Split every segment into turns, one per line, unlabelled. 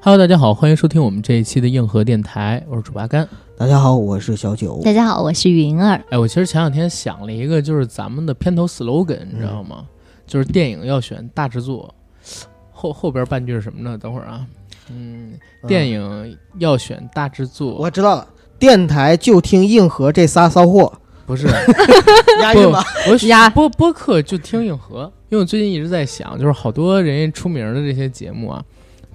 Hello，大家好，欢迎收听我们这一期的硬核电台，我是主八竿。
大家好，我是小九。
大家好，我是云儿。
哎，我其实前两天想了一个，就是咱们的片头 slogan，你知道吗？就是电影要选大制作，后后边半句是什么呢？等会儿啊，嗯，电
影、
影要选大制作，
我知道了，电台就听硬核这仨骚 货，
不是
押
不
韵吧？，
我
呀
播播客就听硬核，因为我最近一直在想，就是好多人家出名的这些节目啊，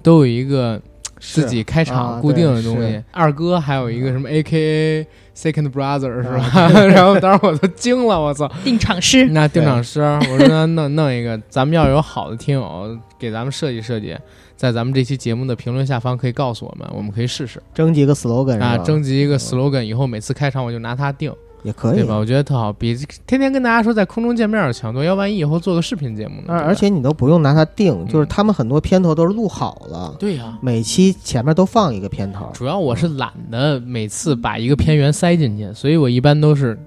都有一个
是
自己开
啊
场固定的东
对
西。
是
二哥还有一个什么 A K A Second Brother 是吧？
啊
然后当时我都惊了，我操！
定场
哎
诗，
那定场诗，我说那弄弄一个，咱们要有好的听友给咱们设计设计，在咱们这期节目的评论下方可以告诉我们，我们可以试试
征集个 slogan 是吧
啊，征集一个
嗯
slogan，以后每次开场我就拿它定。
也可以
对吧？。我觉得特好，比天天跟大家说在空中见面儿强多。要万一以后做个视频节目呢？
而
对吧
啊而且你都不用拿它定，
嗯
就是他们很多片头都是录好了，
对呀、
每期前面都放一个片头。
主要我是懒得每次把一个片源塞进去，所以我一般都是，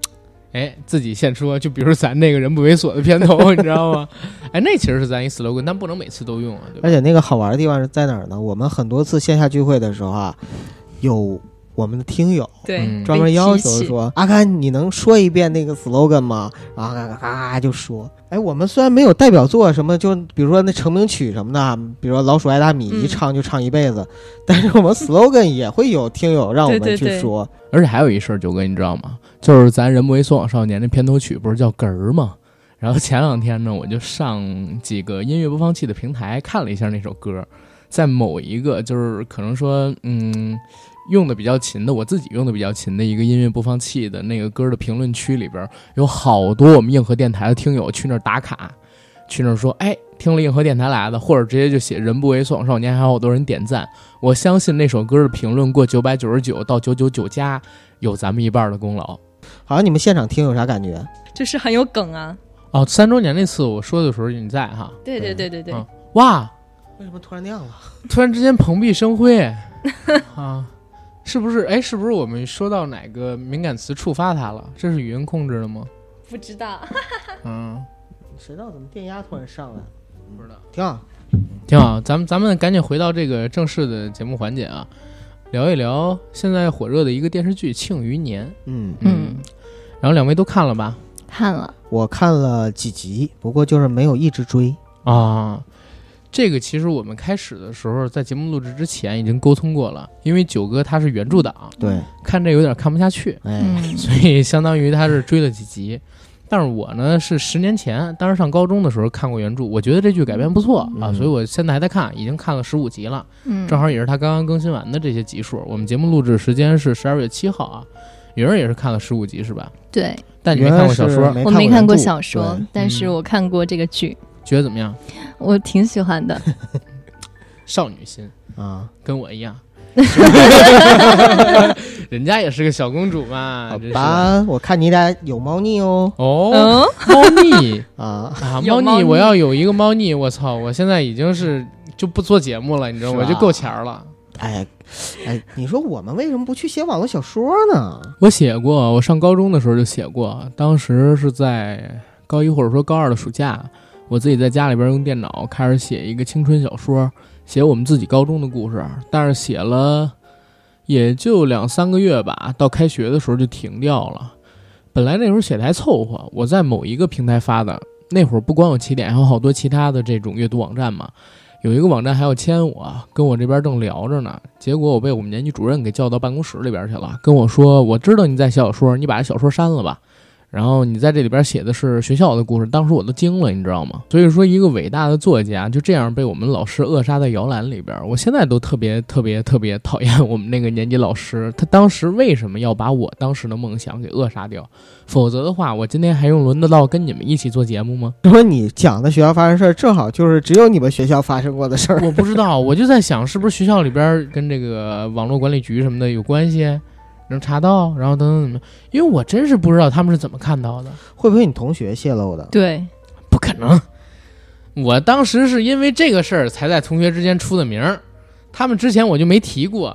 哎，自己现说。就比如咱那个人不猥琐的片头，你知道吗？哎，那其实是咱一 slogan，但不能每次都用啊，对吧
而？且那个好玩的地方是在哪儿呢？我们很多次线下聚会的时候啊，有我们的听友
对，
嗯
专门
被
要
提
求
起
说：“阿甘，你能说一遍那个 slogan 吗？”啊啊啊啊就说：“哎，我们虽然没有代表作什么，就比如说那成名曲什么的，啊比如说《老鼠爱大米》，
嗯
一唱就唱一辈子，但是我们 slogan 也会有听友让我
对
们
对
去
对
说。
而且还有一事儿，九哥你知道吗？就是咱《人不为所往少年》的片头曲不是叫《哏儿》吗？然后前两天呢，我就上几个音乐播放器的平台看了一下那首歌，在某一个就是可能说嗯用的比较勤的，我自己用的比较勤的一个音乐播放器的那个歌的评论区里边，有好多我们硬核电台的听友去那儿打卡，去那儿说哎听了硬核电台来的，或者直接就写“人不为所往少年”，还有好多人点赞。我相信那首歌的评论过九百九十九到九九九加，有咱们一半的功劳。
好像你们现场听有啥感觉？
就是很有梗啊。
哦，三周年那次我说的时候你在哈，
对
对
对对对对，
嗯哇，
为什么突然那样了？
突然之间蓬荜生 辉啊！是不是？哎，是不是我们说到哪个敏感词触发它了？这是语音控制的 吗？
不知道，
嗯，
谁知道怎么电压突然上来了？
不知道。
挺好，
挺好，咱们咱们赶紧回到这个正式的节目环节啊，聊一聊现在火热的一个电视剧《庆余年》。
嗯，
嗯，
然后两位都看了吧？
看了，
我看了几集，不过就是没有一直追。
啊，这个其实我们开始的时候在节目录制之前已经沟通过了，因为九哥他是原著党，
对，
看这有点看不下去，
哎，
嗯，
所以相当于他是追了几集。但是我呢是十年前，当时上高中的时候看过原著，我觉得这剧改编不错啊，
嗯
所以我现在还在看，已经看了十五集了，
嗯，
正好也是他刚刚更新完的这些集数。我们节目录制时间是十二月七号啊，云儿也是看了十五集是吧？
对
但你没看过小
原来
说
是，没
我没看
看
过
原著
小说
对，
但是
嗯
我看过这个剧，
觉得怎么样？
我挺喜欢的。
少女心。
啊，
跟我一 样，人家也是个小公主嘛，
好
啊真是的。
吧，我看你俩有猫腻哦
哦，
嗯，
猫腻
啊。
啊，猫
有猫
腻！
腻嗯
我要有一个猫腻，我操！我现在已经是就不做节目了，你知道吗，
是
我
吧
就够钱儿了。
哎，哎，你说我们为什么不去写网络小说呢？
我写过，我上高中的时候就写过，当时是在高一或者说高二的暑假，我自己在家里边用电脑开始写一个青春小说，写我们自己高中的故事，但是写了也就两三个月吧，到开学的时候就停掉了。本来那时候写的还凑合，我在某一个平台发的，那会儿不光有起点，还有好多其他的这种阅读网站嘛。有一个网站还要签我，跟我这边正聊着呢，结果我被我们年级主任给叫到办公室里边去了，跟我说：“我知道你在写小说，你把这小说删了吧。”然后你在这里边写的是学校的故事，当时我都惊了，你知道吗？所以说，一个伟大的作家就这样被我们老师扼杀在摇篮里边，我现在都特别特别特别讨厌我们那个年级老师，他当时为什么要把我当时的梦想给扼杀掉？否则的话，我今天还用轮得到跟你们一起做节目吗？
说你讲的学校发生事儿，正好就是只有你们学校发生过的事 儿。
我不知道，我就在想，是不是学校里边儿跟这个网络管理局什么的有关系，能查到，然后等等怎么？因为我真是不知道他们是怎么看到的，
会不会你同学泄露的？
对，
不可能。我当时是因为这个事儿才在同学之间出的名儿，他们之前我就没提过，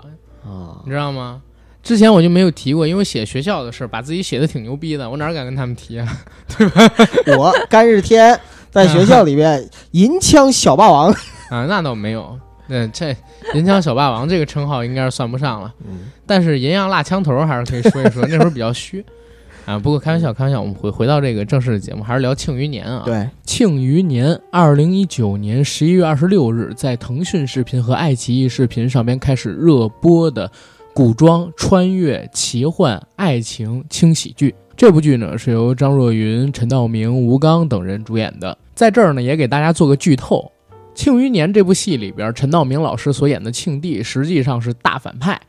啊
你，知道吗？之前我就没有提过，因为写学校的事儿，把自己写的挺牛逼的，我哪敢跟他们提啊？
我甘日天在学校里面银枪小霸王，
啊，那倒没有。嗯，这“银枪小霸王”这个称号应该是算不上了，
嗯，
但是“银样辣枪头”还是可以说一 说，那时候比较虚啊。不过开玩笑，开玩笑，我们回回到这个正式的节目，还是聊《庆余年》啊。，
对，
《庆余年》二零一九年十一月二十六日在腾讯视频和爱奇艺视频上边开始热播的古装穿越奇幻爱情轻喜剧。这部剧呢是由张若昀、陈道明、吴刚等人主演的。在这儿呢，也给大家做个剧透，《庆余年》这部戏里边，陈道明老师所演的庆帝实际上是大反派。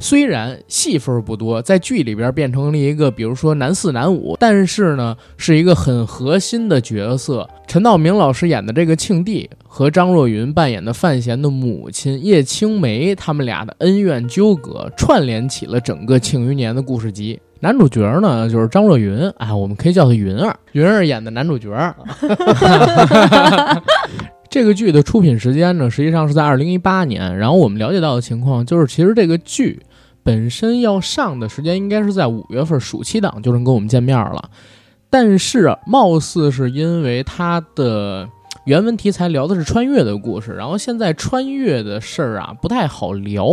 虽然戏份不多，在剧里边变成了一个，比如说男四男五，但是呢，是一个很核心的角色。陈道明老师演的这个庆帝和张若昀扮演的范闲的母亲叶青梅，他们俩的恩怨纠葛串联起了整个《庆余年》的故事集。男主角呢，就是张若昀，哎，我们可以叫他云儿，云儿演的男主角。 这个剧的出品时间呢，实际上是在二零一八年。然后我们了解到的情况就是，其实这个剧本身要上的时间应该是在五月份暑期档就能跟我们见面了，但是啊貌似是因为它的原文题材聊的是穿越的故事，然后现在穿越的事儿啊不太好聊，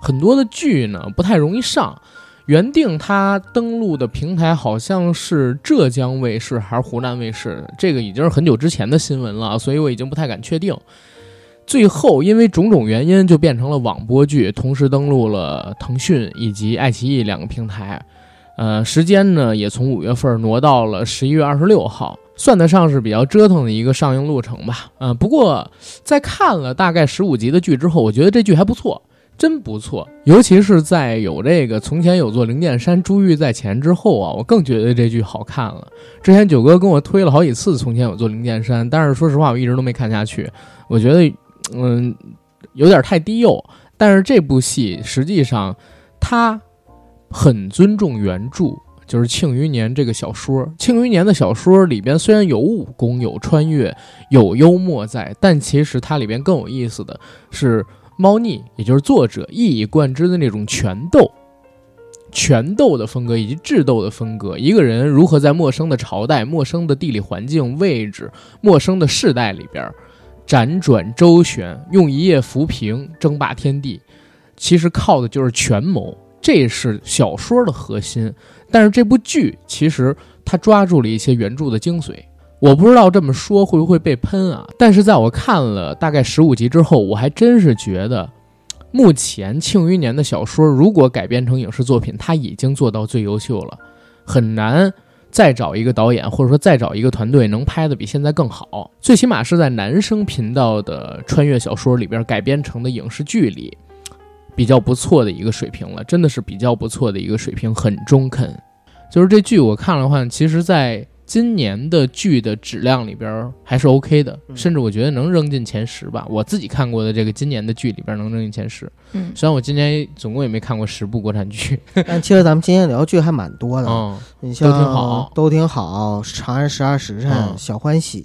很多的剧呢不太容易上。原定它登陆的平台好像是浙江卫视还是湖南卫视，这个已经是很久之前的新闻了，所以我已经不太敢确定。最后因为种种原因，就变成了网播剧，同时登陆了腾讯以及爱奇艺两个平台。呃，时间呢也从五月份挪到了十一月二十六号，算得上是比较折腾的一个上映路程吧。呃，不过在看了大概十五集的剧之后，我觉得这剧还不错，真不错。尤其是在有这个“从前有座灵剑山，珠玉在前”之后啊，我更觉得这剧好看了。之前九哥跟我推了好几次《从前有座灵剑山》，但是说实话，我一直都没看下去。我觉得嗯，有点太低幼。但是这部戏实际上，它很尊重原著，就是《庆余年》这个小说。《庆余年》的小说里边虽然有武功、有穿越、有幽默在，但其实它里边更有意思的是猫腻，也就是作者一以贯之的那种权斗。权斗的风格以及智斗的风格，一个人如何在陌生的朝代、陌生的地理环境、位置、陌生的世代里边，辗转周旋，用一夜扶贫争霸天地，其实靠的就是权谋，这是小说的核心。但是这部剧其实它抓住了一些原著的精髓。我不知道这么说会不会被喷啊，但是在我看了大概十五集之后，我还真是觉得，目前《庆余年》的小说如果改编成影视作品，它已经做到最优秀了，很难再找一个导演，或者说再找一个团队，能拍的比现在更好。最起码是在男生频道的穿越小说里边改编成的影视剧里，比较不错的一个水平了，真的是比较不错的一个水平，很中肯。就是这剧我看了话，其实在今年的剧的质量里边还是 OK 的，
嗯
甚至我觉得能扔进前十吧。我自己看过的这个今年的剧里边能扔进前十，
嗯，
虽然我今年总共也没看过十部国产剧，
但其实咱们今天聊剧还蛮多的，
嗯，
你像
都挺好
都挺好，《长安十二时辰》
嗯
小欢喜》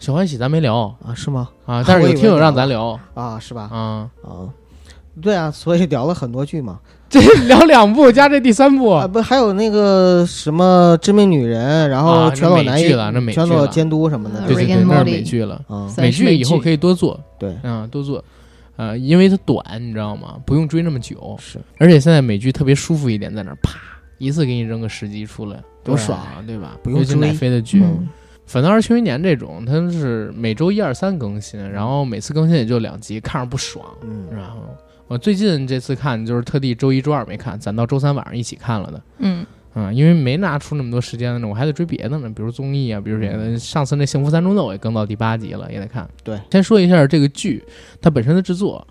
小欢喜咱没聊
啊，是吗？
啊，但是
我以
有
为
听友
聊
让咱聊
啊，是吧？
啊，
啊，对啊，所以聊了很多剧嘛。
这 聊两部加这第三部，
啊，不，还有那个什么《致命女人》，然后
啊
《
那
全裸
美
男
剧
友
了那》美
全
剧
裸
了
监督什么的，
对对
Rick
对，
and
那是
Morty
美剧了，
啊，
算
美
是
剧以后
剧
可以多做，
对，
嗯，多做，呃，因为它短，你知道吗？不用追那么久，
是
而且现在美剧特别舒服一点，在那儿啪一次给你扔个十集出来，多
对
爽啊，对吧？
不用
尤其
追
奶飞的剧，
嗯
反倒是《庆余年》这种，它是每周一二三更新，然后每次更新也就两集，看着不爽。
嗯，
然后我最近这次看就是特地周一周二没看，攒到周三晚上一起看了的。
嗯，
嗯，因为没拿出那么多时间呢，我还得追别的呢，比如综艺啊，
嗯
比如别的。上次那《幸福三重奏》也更到第八集了，也得看。
对，
先说一下这个剧它本身的制作，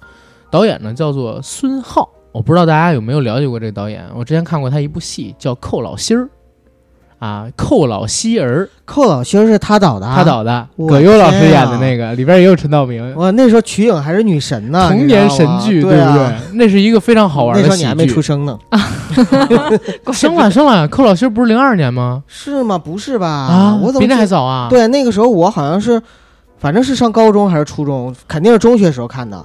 导演呢叫做孙浩，我不知道大家有没有了解过这个导演。我之前看过他一部戏叫《寇老心儿》，啊，寇老希儿
寇老星是他导的，
他。导的，
啊我
葛优老师
天
演
啊
的那个，里边也有陈道明。
我那时候瞿颖还是女神呢，
童年神剧，
你知
不
道吗对
对
啊？？
那是一个非常好玩
那时
的
候
喜
你
剧。
还没出生呢，
生了生了，寇老心儿不是零二年吗？
是吗？不是吧？
啊，
我怎么
比那还
记
早啊？
对，那个时候我好像是，反正是上高中还是初中，肯定是中学时候看的。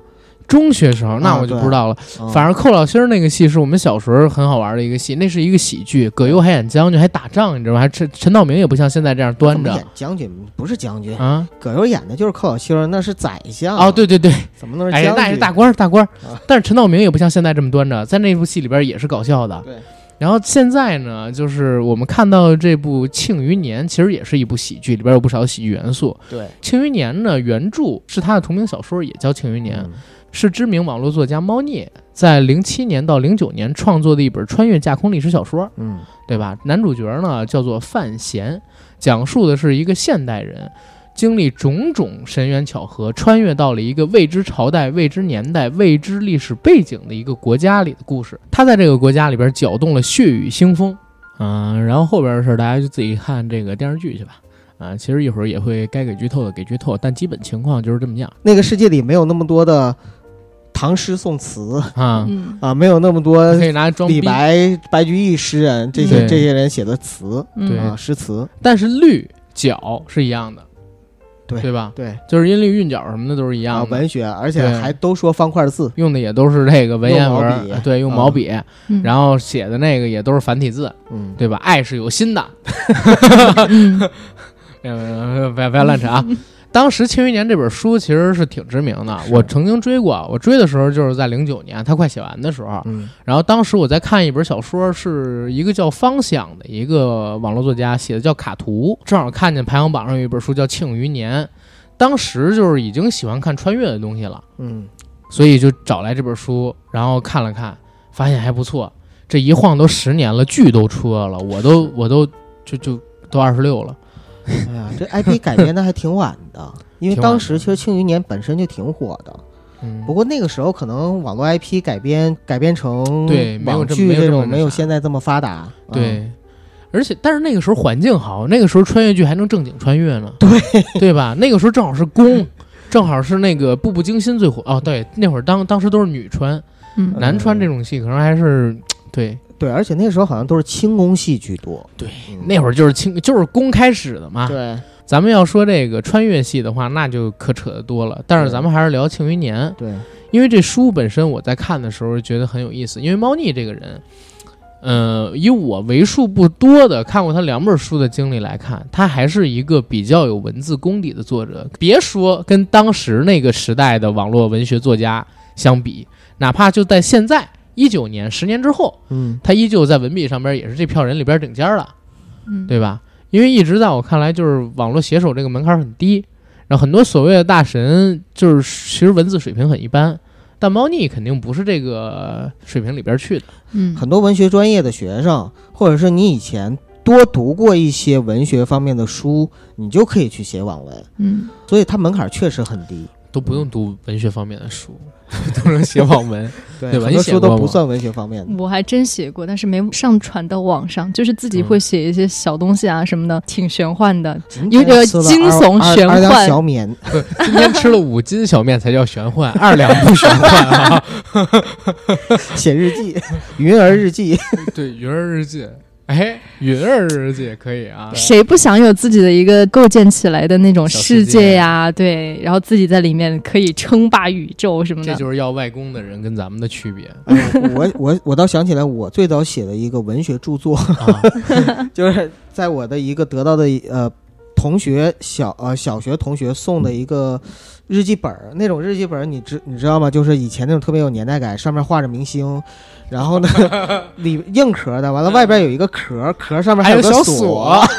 中学时候那
啊
我就
对
不知道了。
嗯
反正寇老心儿那个戏是我们小时候很好玩的一个戏，那是一个喜剧，葛优还演将军，还打仗，你知道吗？还陈陈道明也不像现在这样端
怎么
着
演将军不是将军，
啊。
葛优演的就是寇小星儿，那是宰相
哦，，对对对，
怎么能是
哎呀
将，军？
那也是大官儿大官儿
啊。
但是陈道明也不像现在这么端着，在那部戏里边也是搞笑的。
对。
然后现在呢，就是我们看到这部《庆余年》，其实也是一部喜剧，里边有不少喜剧元素。
对，
《庆余年》呢，原著是他的同名小说，也叫《庆余年》，
嗯
是知名网络作家猫腻在零七年到零九年创作的一本穿越架空历史小说。
嗯
对吧？男主角呢叫做范闲，讲述的是一个现代人经历种种神缘巧合，穿越到了一个未知朝代、未知年代、未知历史背景的一个国家里的故事。他在这个国家里边搅动了血雨腥风，嗯、然后后边的事儿大家就自己看这个电视剧去吧。啊，其实一会儿也会该给剧透的给剧透，但基本情况就是这么样
那个世界里没有那么多的唐诗宋词
啊，
嗯
啊，没有那么多
可以拿来装逼
李。白、白居易诗人这些
嗯
这些人写的词
对
嗯
啊，诗词。
但是绿角是一样的，
对
对吧？
对
就是音律、韵脚什么的都是一样
啊，
的。
文学，而且
对
还都说方块字，
用的也都是这个文言文
用毛
儿，呃
笔啊
对，用毛笔，
嗯，
然后写的那个也都是繁体字，
嗯，
对吧？爱是有心 的，
嗯
呃不要不要乱扯啊！当时《庆余年》这本书其实是挺知名的，
是
我曾经追过，我追的时候就是在零九年，它快写完的时候。
嗯
然后当时我在看一本小说，是一个叫方想的一个网络作家写的，叫《卡图》，正好看见排行榜上有一本书叫《庆余年》，当时就是已经喜欢看穿越的东西了。
嗯，
所以就找来这本书，然后看了看，发现还不错。这一晃都十年了，剧都出来了，我都我都就就都二十六了。
哎呀，这 IP 改编的还挺晚的，因为
挺晚
当时其实《庆余年》本身就挺火的，
嗯，
不过那个时候可能网络 IP 改编改编成
对没有
网
这
剧
没有这么
种
那
没有
啥
现在这么发达，嗯
对，而且但是那个时候环境好，那个时候穿越剧还能正经穿越呢，对 对吧？那个时候正好是
嗯
宫，正好是那个《步步惊心》最火哦。对，那会儿当当时都是女穿，
嗯
男穿这种戏可能还是对。
对，而且那时候好像都是轻功戏居多，
对
嗯，
那会儿就是清就是宫开始的嘛，
对
咱们要说这个穿越戏的话，那就可扯得多了。但是咱们还是聊《庆余年》。
对，
因为这书本身我在看的时候觉得很有意思，因为猫腻这个人，呃，以我为数不多的看过他两本书的经历来看，他还是一个比较有文字功底的作者。别说跟当时那个时代的网络文学作家相比，哪怕就在现在一九年、十年之后，
嗯
他依旧在文笔上边也是这票人里边顶尖儿了。
嗯
对吧？因为一直在我看来，就是网络写手这个门槛很低，然后很多所谓的大神，就是其实文字水平很一般。但猫腻肯定不是这个水平里边去的，
嗯
很多文学专业的学生，或者是你以前多读过一些文学方面的书，你就可以去写网文，
嗯
所以它门槛确实很低，
都不用读文学方面的 书，都能写网文。 对吧
很
你
多
写
书
过
都
吗
不算文学方面的。
我还真写过，但是没上传到网上，就是自己
嗯
会写一些小东西啊什么的，挺玄幻的。
今
有
天
点
吃了
惊
嗯二
悚
二
玄
二两
幻
小棉，
今天吃了五斤小面才叫玄幻，二两不玄幻 啊！
写日记， 云儿日记，
对，云儿日记，哎，云儿日记可以啊。
谁不想有自己的一个构建起来的那种
小世
世
界
界呀、对，然后自己在里面可以称霸宇宙什么
这
的。
就是要外公的人跟咱们的区别
哎我我我倒想起来，我最早写的一个文学著作，
啊！
就是在我的一个得到的一呃同学小呃小学同学送的一个日记本儿，那种日记本儿你知你知道吗？就是以前那种特别有年代感，上面画着明星，然后呢里硬壳的，完了外边有一个壳，壳上面
还有
有个
小
锁，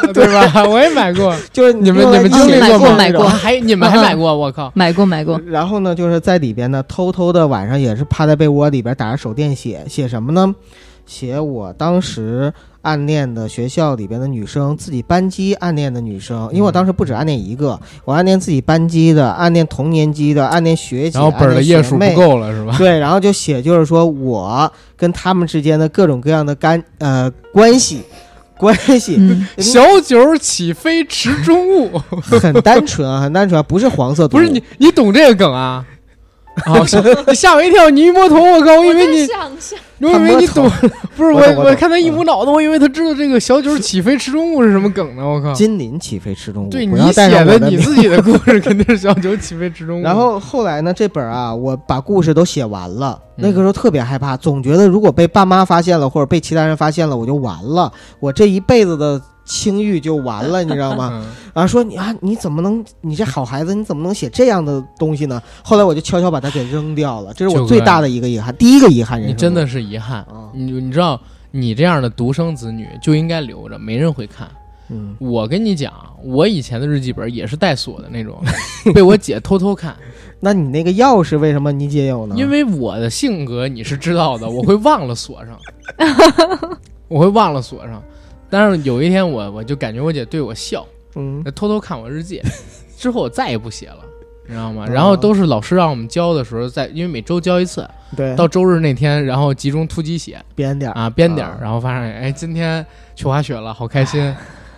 锁， 对吧？我也买过，
就是
你们
用来
你们
用
经历
来
过
用
吗？
那
买
种
过
还你们还买 过？我靠！
买过买过，
然后呢，就是在里边呢，偷偷的晚上也是趴在被窝里边打着手电写写什么呢？写我当时暗恋的学校里边的女生，自己班级暗恋的女生，
嗯
因为我当时不止暗恋一个，我暗恋自己班级的，暗恋同年级的，暗恋学姐，
然后本儿的页数不
暗恋学妹。
够了 是 吧？
对，然后就写就是说我跟他们之间的各种各样的干呃关系，关系。
嗯，
嗯
小九起飞池中物，
很单纯啊，很单纯啊，不是黄色。
不是你，，你懂这个梗啊？啊，是吓我一跳！你一摸头，我靠，我以为你，
想象
我以为你懂， 不是
我
我
懂我，嗯懂
看他一摸脑子，我以为他知道这个小九起飞吃中午是什么梗呢！我靠，
金鳞起飞吃中午，
对
不
你
要带
写
上我
你
名
自己的故事肯定是小九起飞吃中午，
然后后来呢，这本啊，我把故事都写完了。
嗯
那个时候特别害怕，总觉得如果被爸妈发现了，或者被其他人发现了，我就完了，我这一辈子的清誉就 完了，你知道吗？
嗯
然后说你啊，你怎么能，你这好孩子，你怎么能写这样的东西呢？后来我就悄悄把它给扔掉了，这是我
九哥
最大的一个遗憾，第一个遗憾人
你
生
真的
中
是遗憾，
啊，
你你知道你这样的独生子女就应该留着，没人会看。
嗯，
我跟你讲，我以前的日记本也是带锁的 那种，被我姐偷偷看，
那你那个钥匙为什么你姐有呢？
因为我的性格你是知道的，我会忘了锁 上，我会忘了锁上。但是有一天我我就感觉我姐对我笑，
嗯，
偷偷看我日 记，之后我再也不写了，你知道吗？
哦
然后都是老师让我们交的时候在，因为每周交一次，
对，
到周日那天，然后集中突击写
编 点儿
啊，编点儿
啊，
然后发现哎，今天去滑雪了，好开 心。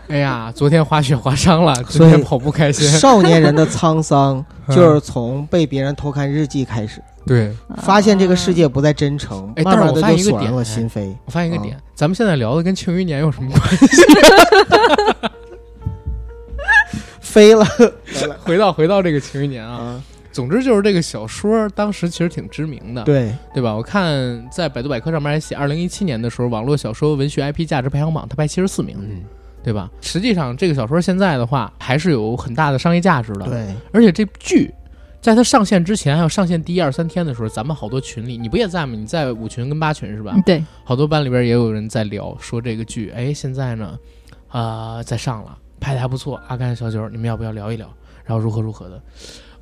哎呀，昨天滑雪滑伤了，今
所
天
以
跑步开心。
少年人的沧桑
嗯
就是从被别人偷看日记开始，
对，
发现这个世界不再真诚，
哎
慢慢
但是
的
我发现
就
一个点
锁上
哎
了心扉。
我发现一个
啊
点，咱们现在聊的跟庆余年有什么 关系？
飞了，
啊回到回到这个庆余年啊，
啊，
总之就是这个小说当时其实挺知名的，
对，
对吧？我看在百度百科上面还写，二零一七年的时候，网络小说文学 IP 价值排行榜它排七十四名，
嗯，
对吧？实际上这个小说现在的话还是有很大的商业价值的，。
对，
而且这剧在它上线之前，还有上线第一二三天的时候，咱们好多群里，你不也在吗？你在五群跟八群是吧？
嗯对，？
好多班里边也有人在聊，说这个剧，哎，现在呢，啊、在上了，拍的还不错。阿甘、小九，你们要不要聊一聊？然后如何如何的？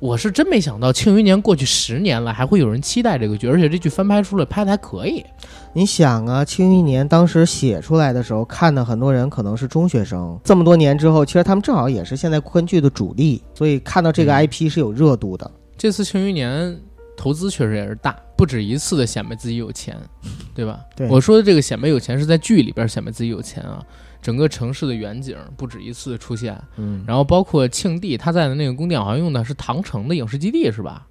我是真没想到《庆余年》过去十年了，还会有人期待这个剧，而且这剧翻拍出来拍的还可以。
你想啊，《庆余年》当时写出来的时候，看的很多人可能是中学生，这么多年之后，其实他们正好也是现在昆剧的主力，所以看到这个
嗯
IP 是有热度的。
这次《庆余年》投资确实也是大，不止一次的显摆自己有钱， 对吧？
对
我说的这个显摆有钱是在剧里边显摆自己有钱啊，整个城市的远景不止一次的出现，
嗯，
然后包括庆帝他在的那个宫殿，好像用的是唐城的影视基地，是吧？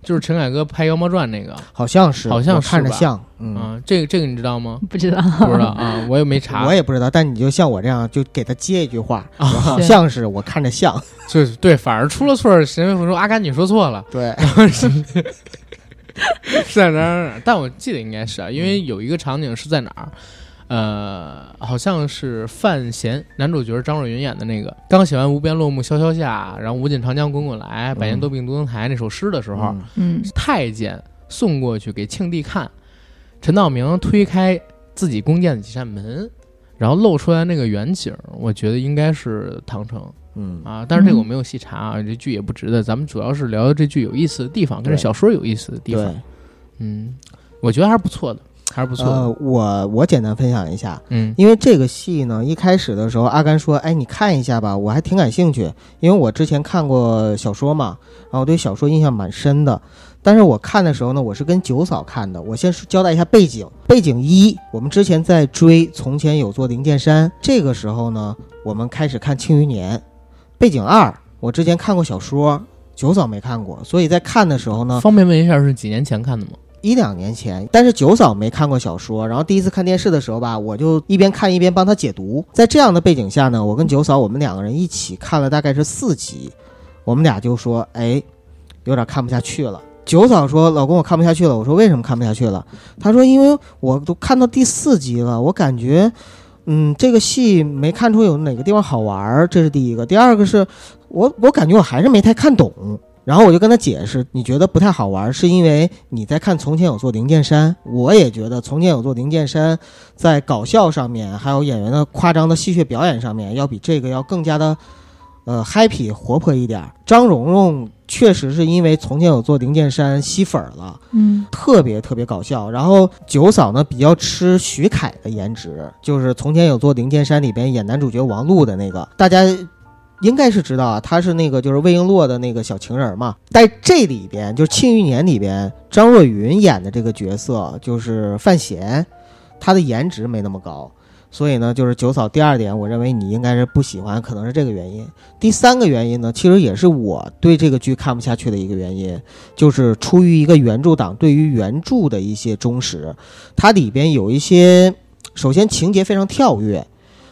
就是陈凯歌拍《妖猫传》那个，
好像是，
好像
我
是
看着
吧
像，嗯，
啊，这个这个你知道吗
不知道，
不知道啊，我也没查。
我也不知道，但你就像我这样，就给他接一句 话，
啊
我好
对
像是，我看着像，
对对，反而出了错儿，沈伟说阿甘你说错 了，
对，
是在哪儿哪儿哪儿？但我记得应该是啊，因
嗯
为有一个场景是在哪儿，呃，好像是范闲男主角张若昀演的那个，刚写完《无边落木萧萧下》，然后“无尽长江滚滚来，百年
嗯
多病独登台”那首诗的时候，
嗯
嗯，
太监送过去给庆帝看，陈道明推开自己宫殿的几扇门，然后露出来那个远景儿，我觉得应该是唐城
嗯
啊，但是这个我没有细查啊，这剧也不值得。咱们主要是聊聊这剧有意思的地方，跟这
对
小说有意思的地
对
方。。嗯，我觉得还是不错的，还是不错的。
呃，我我简单分享一下，
嗯
因为这个戏呢，一开始的时候，阿甘说：“哎，你看一下吧，我还挺感兴趣，因为我之前看过小说嘛，然后我对小说印象蛮深的。但是我看的时候呢，我是跟九嫂看的。我先说交代一下背景，背景一，我们之前在追《从前有座灵剑山》，这个时候呢，我们开始看《庆余年》。背景二，我之前看过小说，九嫂没看过，所以在看的时候呢，
方便问一下是几年前看的吗？
一两年前，但是九嫂没看过小说，然后第一次看电视的时候吧，我就一边看一边帮她解读。在这样的背景下呢，我跟九嫂我们两个人一起看了大概是四集，我们俩就说，哎，有点看不下去了。九嫂说：“老公，我看不下去了。”我说：“为什么看不下去了？”她说：“因为我都看到第四集了，我感觉，嗯，这个戏没看出有哪个地方好玩儿，这是第一个。第二个是我，我感觉我还是没太看懂。然后我就跟他解释，你觉得不太好玩，是因为你在看《从前有座灵剑山》，我也觉得《从前有座灵剑山》在搞笑上面，还有演员的夸张的戏谑表演上面，要比这个要更加的，呃，happy 活泼一点儿。张蓉蓉确实是因为《从前有座灵剑山》吸粉儿了，
嗯，
特别特别搞笑。然后九嫂呢比较吃徐凯的颜值，就是从前有座灵剑山里边演男主角王璐的那个，大家。应该是知道啊，他是那个就是魏璎珞的那个小情人嘛，在这里边就是《庆余年》里边，张若昀演的这个角色就是范闲，他的颜值没那么高，所以呢，就是九嫂第二点，我认为你应该是不喜欢，可能是这个原因。第三个原因呢，其实也是我对这个剧看不下去的一个原因，就是出于一个原著党对于原著的一些忠实，它里边有一些，首先情节非常跳跃。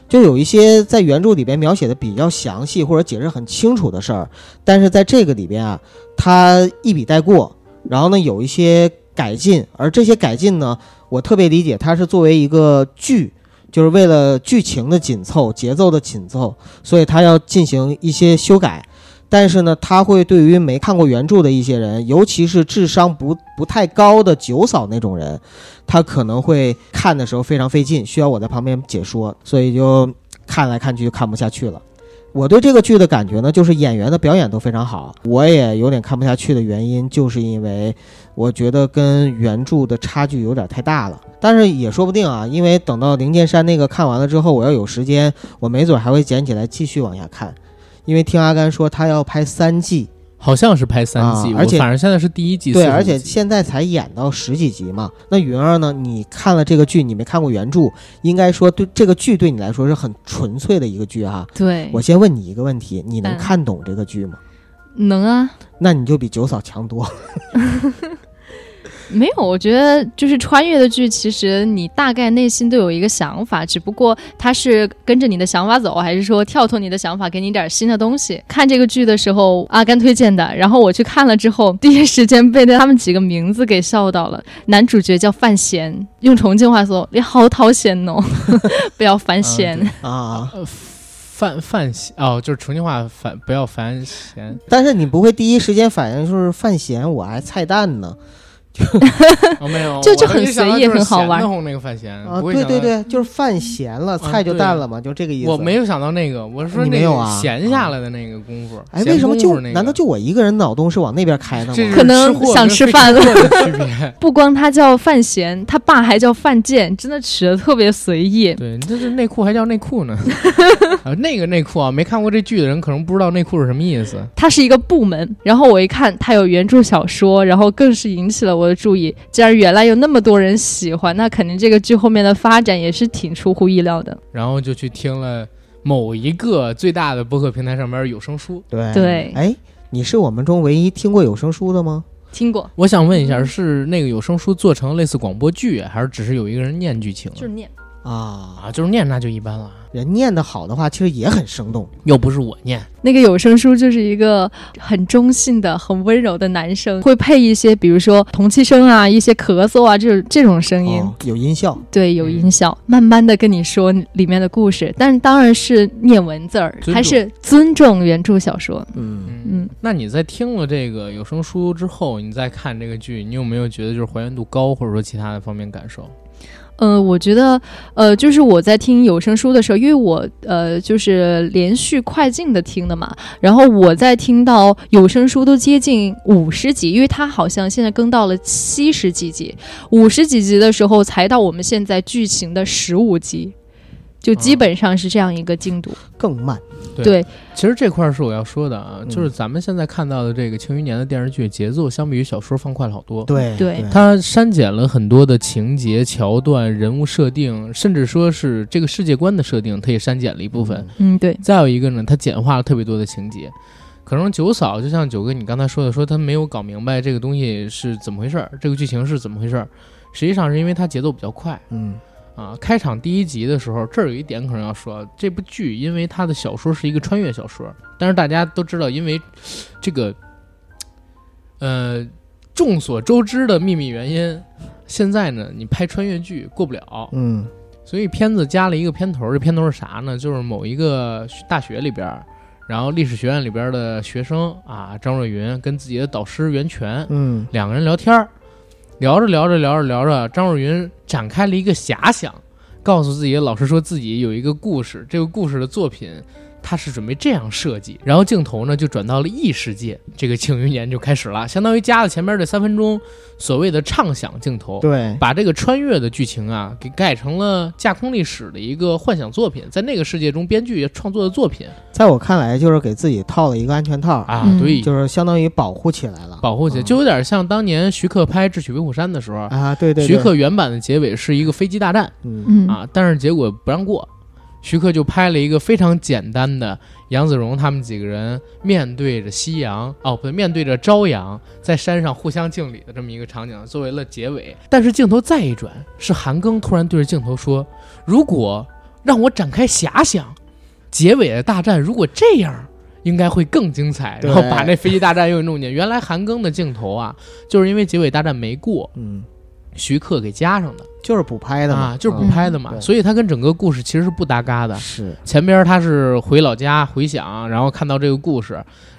就有一些在原著里边描写的比较详细或者解释很清楚的事儿，但是在这个里边啊，它一笔带过，然后呢有一些改进，而这些改进呢，我特别理解它是作为一个剧，就是为了剧情的紧凑、节奏的紧凑，所以它要进行一些修改。但是呢，它会对于没看过原著的一些人，尤其是智商不不太高的九嫂那种人，他可能会看的时候非常费劲，需要我在旁边解说，所以就看来看去就看不下去了。我对这个剧的感觉呢，就是演员的表演都非常好。我也有点看不下去的原因，就是因为我觉得跟原著的差距有点太大了。但是也说不定啊，因为等到灵剑山那个看完了之后，我要有时间，我没准还会捡起来继续往下看。因为听阿甘说他要拍三季，
好像是拍三季，
啊而且
我反正现在是第一季，
对，
45
而且
集
现在才演到十几集嘛。那云儿呢？你看了这个剧，你没看过原著，应该说对这个剧对你来说是很纯粹的一个剧哈、
对，
我先问你一个问题：你能
嗯
看懂这个剧吗？
能啊，
嗯
那你就比九嫂 强多。
没有，我觉得就是穿越的剧，其实你大概内心都有一个想法，只不过它是跟着你的想法走，还是说跳脱你的想法，给你点新的东西。看这个剧的时候，阿甘推荐的，然后我去看了之后，第一时间被他们几个名字给笑到了。男主角叫范闲，用重庆话说， 你好讨嫌哦，不要烦闲。
啊，
呃范范闲哦，就是重庆话反不要烦闲
但是你不会第一时间反应就是范闲，我爱菜蛋呢。
哦，没有，
就
我
就
还
很
一想
随
到
意
就是
很好
咸
玩
的红那个范闲，
啊，
嗯不会
对
想
对
到，嗯
对，就是饭咸了，菜就淡了嘛，就这个意思。
我没。有想到那个，我是说
你
那
没有
个
啊
闲下来的那个功夫，
哎，
闲
为什么
功
就
夫那个
难道就我一个人脑洞是往那边开 的
这
吗？
是
可能
吃货
想
跟
吃
非
饭
吃货的区别？
不光他叫范闲，他爸还叫范建，真的取的特别随意。
对，这是内裤还叫内裤呢， 啊，那个内裤啊，没看过这剧的人可能不知道内裤是什么意思。
它是一个部门，然后我一看它有原著小说，然后更是引起了我的注意。既然原来有那么多人喜欢，那肯定这个剧后面的发展也是挺出乎意料的。
然后就去听了某一个最大的播客平台上面有声书。
对
对
哎，你是我们中唯一听过有声书的吗？
听过，
我想问一下，是那个有声书做成类似广播剧，还是只是有一个人念剧情啊？
就是念，
啊，
啊，就是念那就一般了，啊
人念得好的话，其实也很生动。
又不是我念。
那个有声书就是一个很中性的、很温柔的男生，会配一些比如说同气声啊、一些咳嗽啊这种这种声音。
哦有音效，
对，有音效，
嗯
慢慢的跟你说里面的故事，但当然是念文字儿
尊，重
还是尊重原著小说。
嗯，
嗯，
那你在听了这个有声书之后，你再看这个剧，你有没有觉得就是还原度高，或者说其他的方面感受？
呃，我觉得，呃，就是我在听有声书的时候，因为我呃就是连续快进的听的嘛，然后我在听到有声书都接近五十集，因为它好像现在更到了七十几集，五十几集的时候才到我们现在剧情的十五集，就基
嗯
本上是这样一个进度。
更慢。
对
对，
其实这块儿是我要说的啊，
嗯
就是咱们现在看到的这个《庆余年》的电视剧，节奏相比于小说放快了好多。
对
对
它删减了很多的情节桥段、人物设定，甚至说是这个世界观的设定，它也删减了一部分。
嗯，对，
再有一个呢，它简化了特别多的情节。可能九嫂就像九哥你刚才说的，说他没有搞明白这个东西是怎么回事儿，这个剧情是怎么回事儿。实际上是因为它节奏比较快
嗯，
啊。开场第一集的时候，这儿有一点可能要说，这部剧因为它的小说是一个穿越小说，但是大家都知道，因为这个呃众所周知的秘密原因，现在呢你拍穿越剧过不了，
嗯
所以片子加了一个片头儿，这片头是啥呢？就是某一个大学里边儿，然后历史学院里边儿的学生啊，张若昀跟自己的导师袁泉
嗯
两个人聊天儿，聊着聊着聊着聊着，张若昀展开了一个遐想，告诉自己的老师说自己有一个故事，这个故事的作品。他是准备这样设计，然后镜头呢就转到了异世界，这个《庆余年》就开始了，相当于加了前面这三分钟所谓的畅想镜头，
对，
把这个穿越的剧情啊给改成了架空历史的一个幻想作品，在那个世界中编剧也创作的作品
在我看来就是给自己套了一个安全套，
啊，
嗯
对，
就是相当于保护起来了，
保护起来，
嗯
就有点像当年徐克拍《智取威虎山》的时候，
啊，对对，
徐
对，
克原版的结尾是一个飞机大战
嗯，
嗯，
啊，但是结果不让过，徐克就拍了一个非常简单的杨子荣他们几个人面对着夕阳，哦不对，面对着朝阳，在山上互相敬礼的这么一个场景作为了结尾。但是镜头再一转，是韩庚突然对着镜头说：“如果让我展开遐想，结尾的大战如果这样。”应该会更精彩，然后
对
把那飞机大战又弄进去。原来韩庚的镜头啊，就是因为结尾大战没过，
嗯，
徐克给加上的。
就是补拍的嘛，
啊，就是补
嗯
拍的嘛，
对
所以它跟整个故事其实是不搭嘎的。
是，
前边他是回老家回想，然后看到这个故事，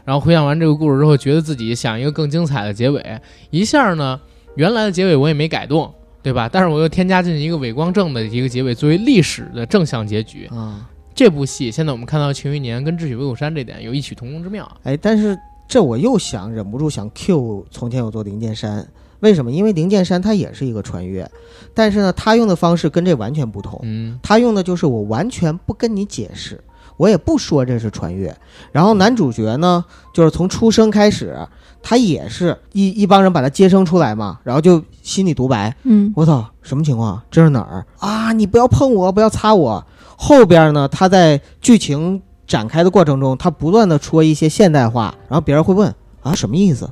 然后回想完这个故事之后，觉得自己想一个更精彩的结尾，一下呢，原来的结尾我也没改动，对吧？但是我又添加进一个伪光正的一个结尾，作为历史的正向结局。
啊，
这部戏现在我们看到《庆余年》跟《智取威虎山》这点有异曲同工之妙啊。
哎，但是这我又想忍不住想 Q 从前有座灵剑山，为什么？因为灵剑山它也是一个穿越，但是呢，它用的方式跟这完全不同，
嗯，
他用的就是我完全不跟你解释，我也不说这是穿越。然后男主角呢，就是从出生开始，他也是一一帮人把他接生出来嘛，然后就心里独白：
嗯
我操，什么情况？这是哪儿啊？你不要碰我，不要擦我。后边呢，他在剧情展开的过程中，他不断的说一些现代化，然后别人会问啊什么意思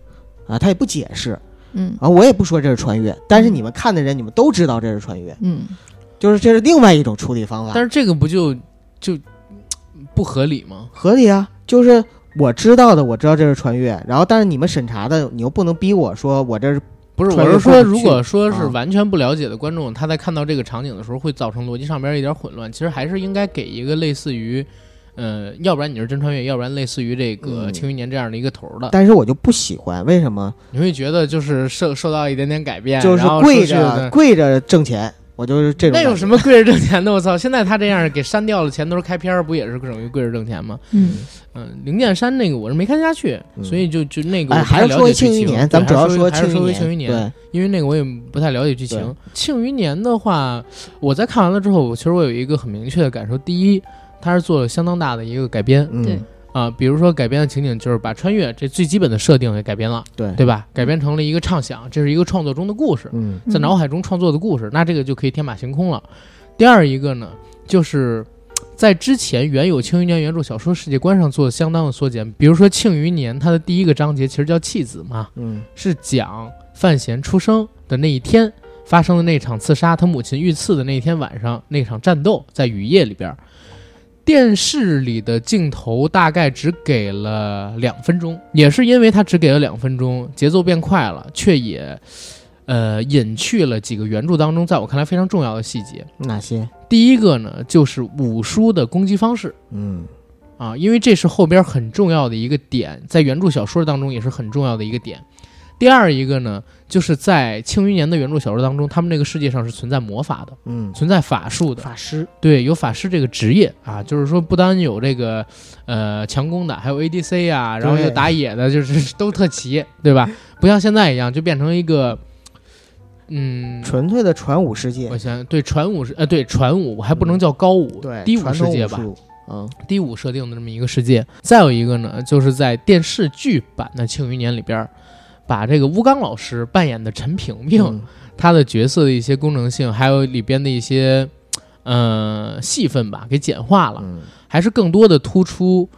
啊，他也不解释
嗯
啊，我也不说这是穿越，但是你们看的人，你们都知道这是穿越，
嗯，
就是这是另外一种处理方法。
但是这个不就就不合理吗？
合理啊，就是我知道的，我知道这是穿越，然后但是你们审查的，你又不能逼我说我这是
不是，
穿
我
越
是
过
说，
不
如
去
果说是
啊
完全不了解的观众，他在看到这个场景的时候，会造成逻辑上边一点混乱。
嗯
其实还是应该给一个类似于，呃，要不然你是真穿越，要不然类似于这个《
嗯
庆余年》这样的一个头儿的，
但是我就不喜欢，为什么？
你会觉得就是受受到一点点改变，
就是
然后说
跪
是
着跪着挣钱，我就是这种
那
感觉。
有什么跪着挣钱的？我操！现在他这样给删掉了，前头开篇儿不也是等于跪着挣钱吗？
嗯，
嗯，灵剑山那个我是没看下去，
嗯
所以就就那个
哎，
我不太
还是
了
说
解
回
剧
庆
情
余年，
对
咱们主
还
要
是说还
庆
是说回
余
庆余年。
对，
因为那个我也不太了解剧情。
对
《庆余年》的话，我在看完了之后，其实我有一个很明确的感受：第一，它是做了相当大的一个改编
嗯，
对
啊、比如说改编的情景就是把穿越这最基本的设定给改编了，
对
对吧？改编成了一个畅想，这是一个创作中的故事，
嗯
在脑海中创作的故事，那这个就可以天马行空了。第二一个呢，就是。在之前原有《庆余年》原著小说世界观上做的相当的缩减，比如说《庆余年》它的第一个章节其实叫弃子嘛，
嗯
是讲范闲出生的那一天发生的那场刺杀，他母亲遇刺的那一天晚上那场战斗，在雨夜里边儿，电视里的镜头大概只给了两分钟，也是因为它只给了两分钟，节奏变快了，却也呃隐去了几个原著当中在我看来非常重要的细节。
哪些？
第一个呢，就是五叔的攻击方式。
嗯
啊，因为这是后边很重要的一个点，在原著小说当中也是很重要的一个点。第二一个呢，就是在《庆余年》的原著小说当中，他们这个世界上是存在魔法的，
嗯，
存在法术的，
法师
对，有法师这个职业啊，就是说不单有这个呃强攻的，还有 ADC 啊，然后
对
又打野的，就是 都特齐，对吧？不像现在一样就变成一个，嗯，
纯粹的传武世界
我，想对传武是呃对传武，我还不能叫高武，
嗯对，
低武
传
世
统
界
武
吧，
术，嗯
第五设定的这么一个世界。再有一个呢，就是在电视剧版的《庆余年》里边儿，把这个吴刚老师扮演的陈萍萍，
嗯
她的角色的一些功能性，还有里边的一些呃戏份吧，给简化了，
嗯
还是更多的突出。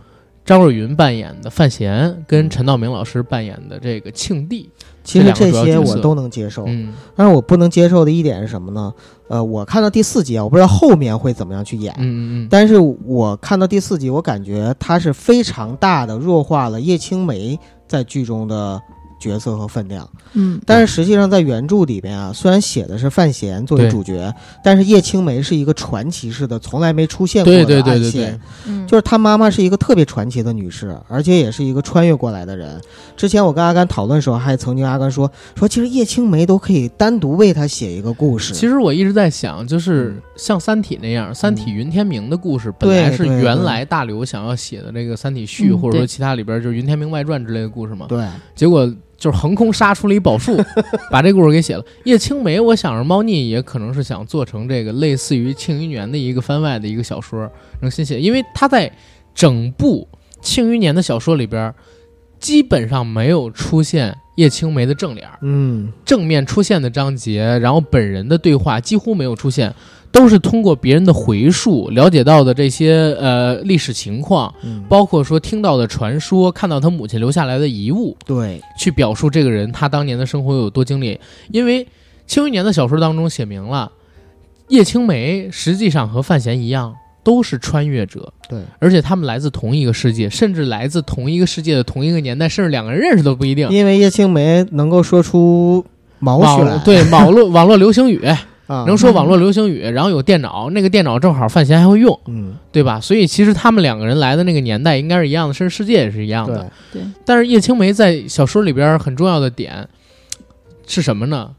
张若昀扮演的范闲
嗯
跟陈道明老师扮演的这个庆帝，
其实
两个
这
主要
些
角
我
色
都能接受，
嗯，
但是我不能接受的一点是什么呢？呃，我看到第四集啊，我不知道后面会怎么样去演。
嗯嗯
但是我看到第四集，我感觉它是非常大的弱化了叶青梅在剧中的角色和分量。
嗯
但是实际上在原著里边啊，虽然写的是范闲作为
对
主角，但是叶青梅是一个传奇式的，从来没出现过的
对
暗
对对
线。
对对，
嗯，
就是她妈妈是一个特别传奇的女士，而且也是一个穿越过来的人。之前我跟阿甘讨论的时候，还曾经阿甘说说，其实叶青梅都可以单独为她写一个故事。
其实我一直在想，就是像《三体》那样，三体》云天明的故事本
嗯对
来是
对
原
对
来大刘想要写的这个《三体续》，
嗯
或者说
对
其他里边就是云天明外传之类的故事嘛。
对，
结果就是横空杀出了一宝 树，把这故事给写了。叶青梅，我想着猫腻也可能是想做成这个类似于《庆余年》的一个番外的一个小说，能新写，因为他在整部《庆余年》的小说里边，基本上没有出现叶青梅的正脸儿。
嗯，
正面出现的章节，然后本人的对话几乎没有出现，都是通过别人的回述了解到的这些呃历史情况，
嗯
包括说听到的传说，看到他母亲留下来的遗物，
对，
去表述这个人他当年的生活有多经历。因为《庆余年》的小说当中写明了，叶青梅实际上和范闲一样都是穿越者，
对，
而且他们来自同一个世界，甚至来自同一个世界的同一个年代，甚至两个人认识都不一定。
因为叶青梅能够说出毛血来
网，对网络网络流行语，
啊，
能说网络流行语，然后有电脑，那个电脑正好范闲还会用，
嗯，
对吧？所以其实他们两个人来的那个年代应该是一样的，甚至世界也是一样
对
的。，但是叶青梅在小说里边很重要的点是什么呢？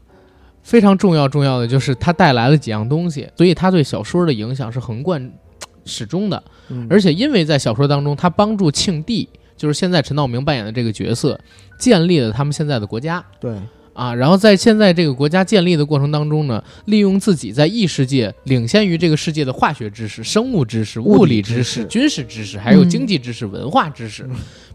非常重要重要的就是她带来了几样东西，所以她对小说的影响是横贯始终的。
嗯
而且因为在小说当中，她帮助庆帝，就是现在陈道明扮演的这个角色，建立了他们现在的国家。
对，
啊，然后在现在这个国家建立的过程当中呢，利用自己在异世界领先于这个世界的化学知识、生物知识、
物理
物理
知
知
识嗯
识、军事知识，还有
嗯
经济知识、文化知识，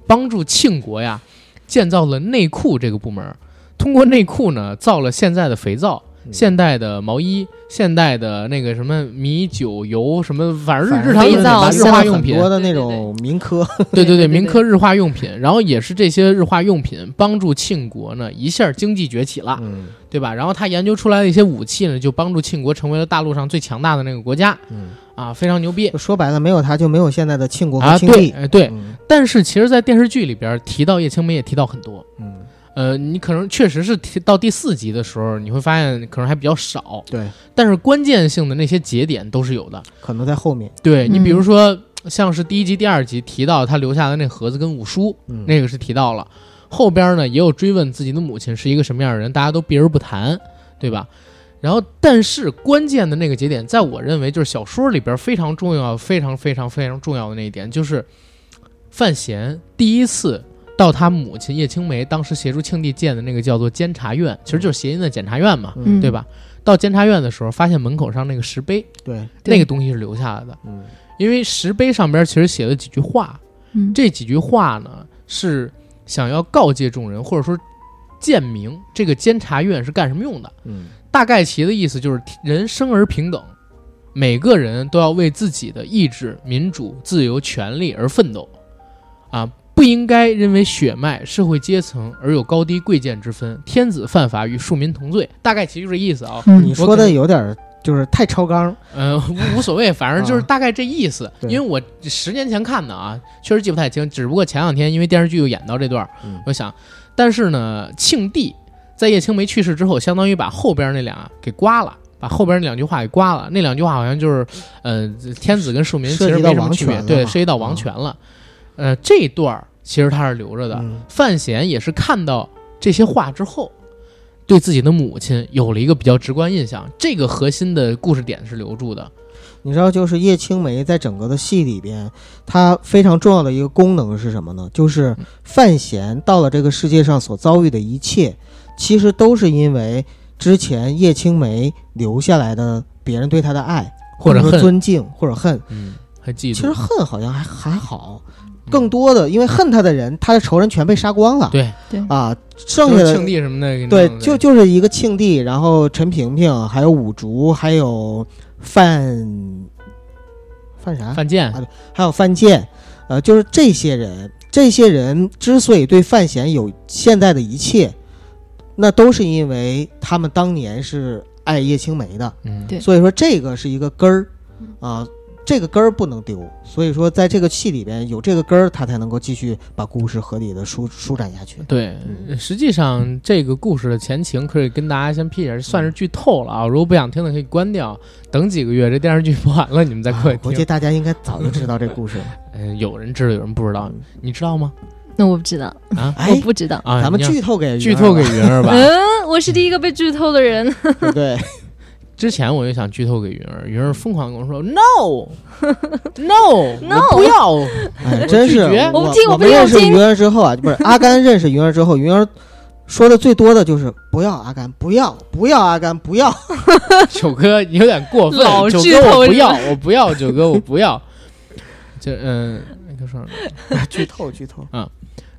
帮助庆国呀建造了内库这个部门儿。通过内库呢，造了现在的肥皂、
嗯
现代的毛衣、现代的那个什么米酒油什么，反正日日常
肥
用品
皂
吧、日
现在
化
很
用品
多，的
对
那
对
种民科，
对对
对
对，
对
民科日化用品，然后也是这些日化用品帮助庆国呢一下经济崛起了。
嗯
对吧？然后他研究出来的一些武器呢，就帮助庆国成为了大陆上最强大的那个国家
嗯，
啊，非常牛逼
就说白了，没有他就没有现在的庆国和
啊！
庆
对，
帝，
哎对。
嗯
但是其实，在电视剧里边提到叶青梅也提到很多，
嗯，
呃，你可能确实是提到第四集的时候，你会发现可能还比较少，
对，
但是关键性的那些节点都是有的。
可能在后面，
对你，
嗯
比如说、像是第一集、第二集提到他留下的那盒子跟五叔，
嗯，
那个是提到了。后边呢也有追问自己的母亲是一个什么样的人，大家都避而不谈，对吧？然后，但是关键的那个节点，在我认为就是小说里边非常重要、非常非常非常重要的那一点，就是范闲第一次到他母亲叶青梅当时协助庆帝建的那个叫做监察院，其实就是谐音的检察院嘛，
嗯
对吧？到监察院的时候，发现门口上那个石碑，
对，
对
那个东西是留下来的，
嗯
因为石碑上边其实写了几句话，
嗯
这几句话呢是想要告诫众人，或者说建明这个监察院是干什么用的。
嗯
大概其的意思就是人生而平等，每个人都要为自己的意志、民主、自由、权利而奋斗，啊，不应该认为血脉、社会阶层而有高低贵贱之分，天子犯法与庶民同罪。大概其就是这意思啊，
嗯
你说的有点儿就是太超纲，
嗯、无无所谓，反正就是大概这意思。
嗯对
因为我十年前看的啊，确实记不太清，只不过前两天因为电视剧又演到这段儿，
嗯
我想，但是呢，庆帝在叶青梅去世之后，相当于把后边那俩给刮了。把后边那两句话给刮了，那两句话好像就是，呃，天子跟庶民其
涉
实
及到
没什么
王
区别，
权了
对，
嘛
涉及到王
嗯
权了。呃，这段儿其实他是留着的，
嗯
范闲也是看到这些话之后，对自己的母亲有了一个比较直观印象。这个核心的故事点是留住的。
你知道，就是叶青梅在整个的戏里边，她非常重要的一个功能是什么呢？就是
嗯
范闲到了这个世界上所遭遇的一切，其实都是因为之前叶青梅留下来的别人对他的爱，
或者
说
恨
尊敬，或者恨。
嗯，还记
其
住。
实恨好像还还好，更多的因为恨他的人，他的仇人全被杀光了。
对，
啊，
就
剩下
是
的
庆帝什么的给弄
对
的，，
就就是一个庆帝，然后陈萍萍，还有五竹，还有范范啥，
范建
啊还有范建，呃，就是这些人，这些人之所以对范闲有现在的一切，那都是因为他们当年是爱叶青梅的，
嗯，
对嗯
所以说这个是一个根儿啊。这个根儿不能丢，所以说在这个戏里边有这个根儿，它才能够继续把故事合理的舒舒展下去。
对，
嗯
实际上这个故事的前情可以跟大家先辟一下，算是剧透了啊。如果不想听的可以关掉，等几个月这电视剧播完了，你们再过来
啊我
听
觉得。大家应该早就知道这故 事了。
嗯、有人知道，有人不知道，你知道吗？
那我不知道，
啊
哎
我不知道。
啊，
咱们
你要
剧透给
剧透给
圆
云儿吧。
嗯，我是第一个被剧透的人。
儿 吧对，
之前我就想剧透给云儿，云儿
嗯
疯狂跟我说 no no
No
我不要，
哎，真是
拒绝
我
我不听我
我
不
们认
听
识
我不听
云儿之后啊，不是阿甘认识云儿之后，云儿说的最多的就是不要阿甘，不要不要阿甘，不要。
九哥有点过分，
老
九
剧
哥
透
我不
是
要
吧，
我不要，九哥我不要。这嗯，那个事儿，
剧透剧透，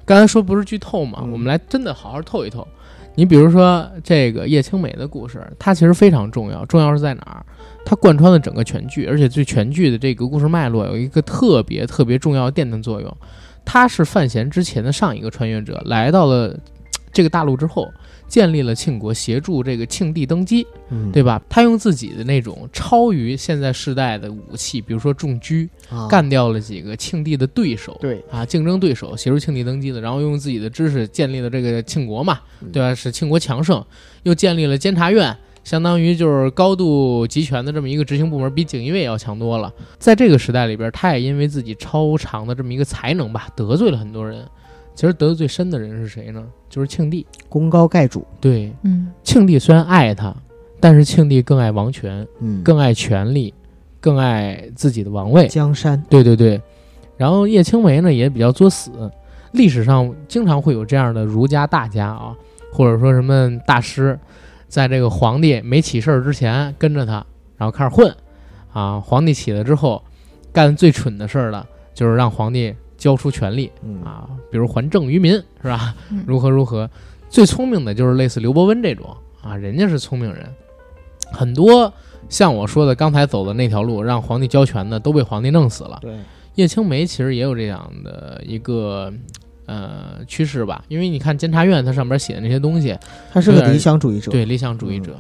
刚才说不是剧透嘛，
嗯
我们来真的好好透一透。你比如说这个叶青梅的故事，它其实非常重要，重要是在哪儿？它贯穿了整个全剧，而且对全剧的这个故事脉络有一个特别特别重要的奠定作用。他是范闲之前的上一个穿越者，来到了嘖这个大陆之后，建立了庆国，协助这个庆帝登基。
嗯
对吧？他用自己的那种超于现在世代的武器，比如说重狙，
啊
干掉了几个庆帝的对手，
对
啊，竞争对手，协助庆帝登基的，然后用自己的知识建立了这个庆国嘛，
嗯
对吧？使庆国强盛，又建立了监察院。相当于就是高度集权的这么一个执行部门，比锦衣卫要强多了。在这个时代里边，他也因为自己超常的这么一个才能吧，得罪了很多人。其实得罪最深的人是谁呢？就是庆帝。
功高盖主，
对，
嗯，
庆帝虽然爱他，但是庆帝更爱王权，
嗯，
更爱权力，更爱自己的王位。
江山，
对对对。然后叶青梅呢也比较作死，历史上经常会有这样的儒家大家啊，或者说什么大师，在这个皇帝没起事儿之前跟着他，然后开始混，啊，皇帝起了之后，干最蠢的事儿了，就是让皇帝交出权力，
嗯
啊，比如还政于民是吧
嗯？
如何如何？最聪明的就是类似刘伯温这种啊，人家是聪明人，很多像我说的刚才走的那条路，让皇帝交权的都被皇帝弄死了。
对，
叶青梅其实也有这样的一个呃趋势吧，因为你看监察院它上边写的那些东西，
他是
有
个
点
理想主义者，
对理想主义者，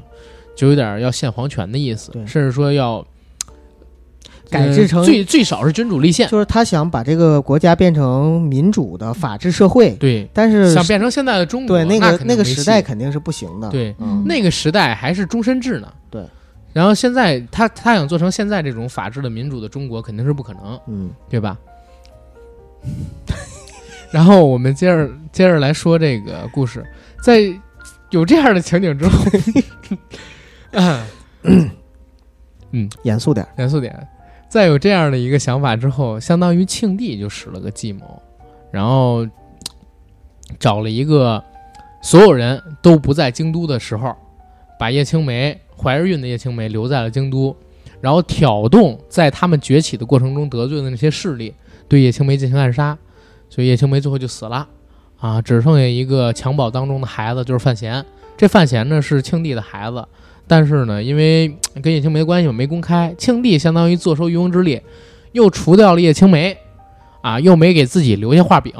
就有点要限皇权的意思，
嗯对
甚至说要
改制成
呃最最少是君主立宪，
就是他想把这个国家变成民主的法治社会，
对，
但是
想变成现在的中国，
对那
那
个
肯定
那个
没
时
戏
代肯定是不行的。
对。
嗯，
那个时代还是终身制呢。
对。
然后现在他他想做成现在这种法治的民主的中国，肯定是不可能，
嗯，
对吧？ 然后我们接着接着来说这个故事，在有这样的情景之后， 啊
严肃点儿，
严肃点，在有这样的一个想法之后，相当于庆帝就使了个计谋，然后嘖找了一个所有人都不在京都的时候，把叶青梅怀着孕的叶青梅留在了京都，然后挑动在他们崛起的过程中得罪的那些势力，对叶青梅进行暗杀，所以叶青梅最后就死了，啊，只剩下一个襁褓当中的孩子，就是范闲。这范闲呢是庆帝的孩子，但是呢，因为嘖跟叶青梅的关系嘛没公开，庆帝相当于坐收渔翁之利，又除掉了叶青梅，啊，又没给自己留下画饼，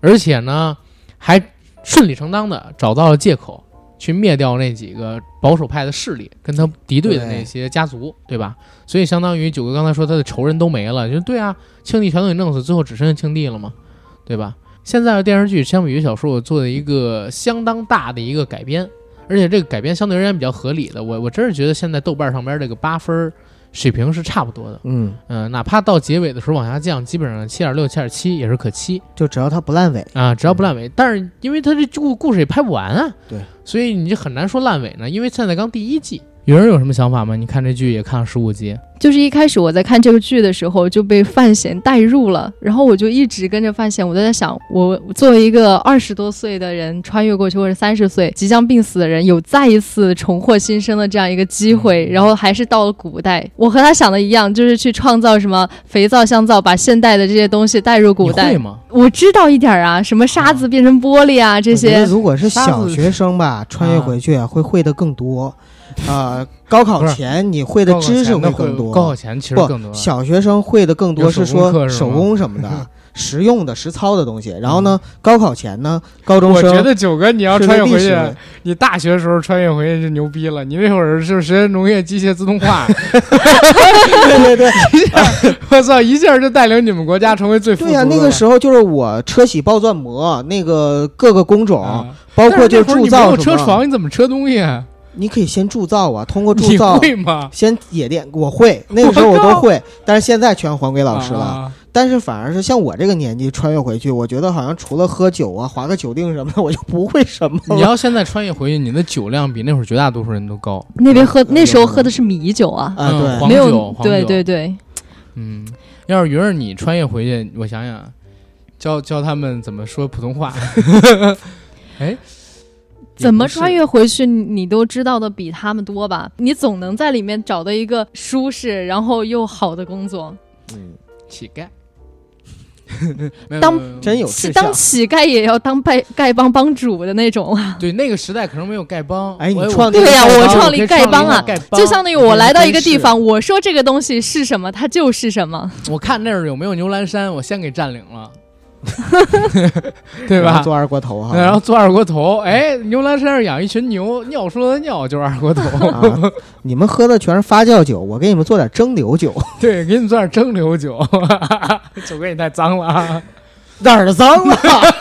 而且呢，还顺理成章的找到了借口去灭掉那几个保守派的势力，跟他敌对的那些家族，对吧？所以相当于九哥刚才说他的仇人都没了，就对啊，庆帝全都给弄死，最后只剩下庆帝了嘛，对吧？现在的电视剧相比于小说，我做的一个相当大的一个改编，而且这个改编相对而言比较合理的，我我真是觉得现在豆瓣上边这个八分儿水平是差不多的，
嗯，
嗯、哪怕到结尾的时候往下降，基本上七点六、七点七也是可期
就只要他不烂尾，
啊，只要不烂尾。但是因为它这故故事也拍不完啊，
对，
所以你就很难说烂尾呢，因为现在刚第一季。有人有什么想法吗？你看这剧也看了十五集，
就是一开始我在看这个剧的时候就被范闲带入了，然后我就一直跟着范闲，我都在想，我作为一个二十多岁的人穿越过去，或者三十岁即将病死的人，有再一次重获新生的这样一个机会，然后还是到了古代，我和他想的一样，就是去创造什么肥皂、香皂，把现代的这些东西带入古
你
代
会。吗？
我知道一点儿啊，什么沙子变成玻璃啊，这
我觉得
些。
如果是
沙
小
子
学生
啊
吧，穿越回去啊会会的 更多，啊，高考
不是
前你会的知识
高考前的
更
高考
多，
前其实更多啊
不，。小学生会的更多
有
是
手工课
说
是吗
手工什么的，实用的、实操的东西。然后呢，
嗯
高考前呢，高中
我
生
觉得九哥，你要
是
穿越
历
回去
史，文
你大学的时候穿越回去就牛逼了。你那会儿是实验农业机械自动 化，
啊
对对对，
我操，一下就带领你们国家成为最富足
对
的
呀、
了。
那个时候就是我车铣爆钻磨，那个各个工种，
啊，
包括就是
但是那会
铸造
儿你没有
什么
车床，你怎么车东西啊？
你可以先铸造啊，通过铸
你
造
会吗？
先冶炼。我会，那个时候我都会，但是现在全还给老师了。
啊
但是反而是像我这个年纪穿越回去，我觉得好像除了喝酒啊、划个酒腚什么的，我就不会什么
你
了。
要现在穿越回去，你的酒量比那会儿绝大多数人都高。
那边喝
嗯
那时候喝的是米酒啊，
啊，
嗯
对，
黄
没
酒
有
黄
对
酒
对对，
嗯，要是云儿你穿越回去，我想想，教教他们怎么说普通话。 哎，
怎么
也不是
穿？越回去你你都知道的比他们多吧？你总能在里面找到一个舒适然后又好的工作。
嗯，
乞 丐。没有
当
没有没有
真
嗯
有志
当
向。
乞丐也要当丐丐帮帮主的那种啊！
对那个时代可能没有丐帮，
哎你
我
创立
对呀
我
我创立
可以
丐帮啊
创立一个丐帮
就相当于我来到一个地
真
方，我说这个东西是什么，它就是什么。
是，我看那儿有没有牛栏山，我先给占领 了，对
然后
吧？
做二锅头哈，
然后做二锅头，哎，牛栏山上养一群牛，尿出来的尿就是二锅 头，
啊，你们喝的全是发酵酒，我给你们做点蒸馏 酒，
对，给你们做点蒸馏 酒，九哥你太脏了啊！
哪儿脏了？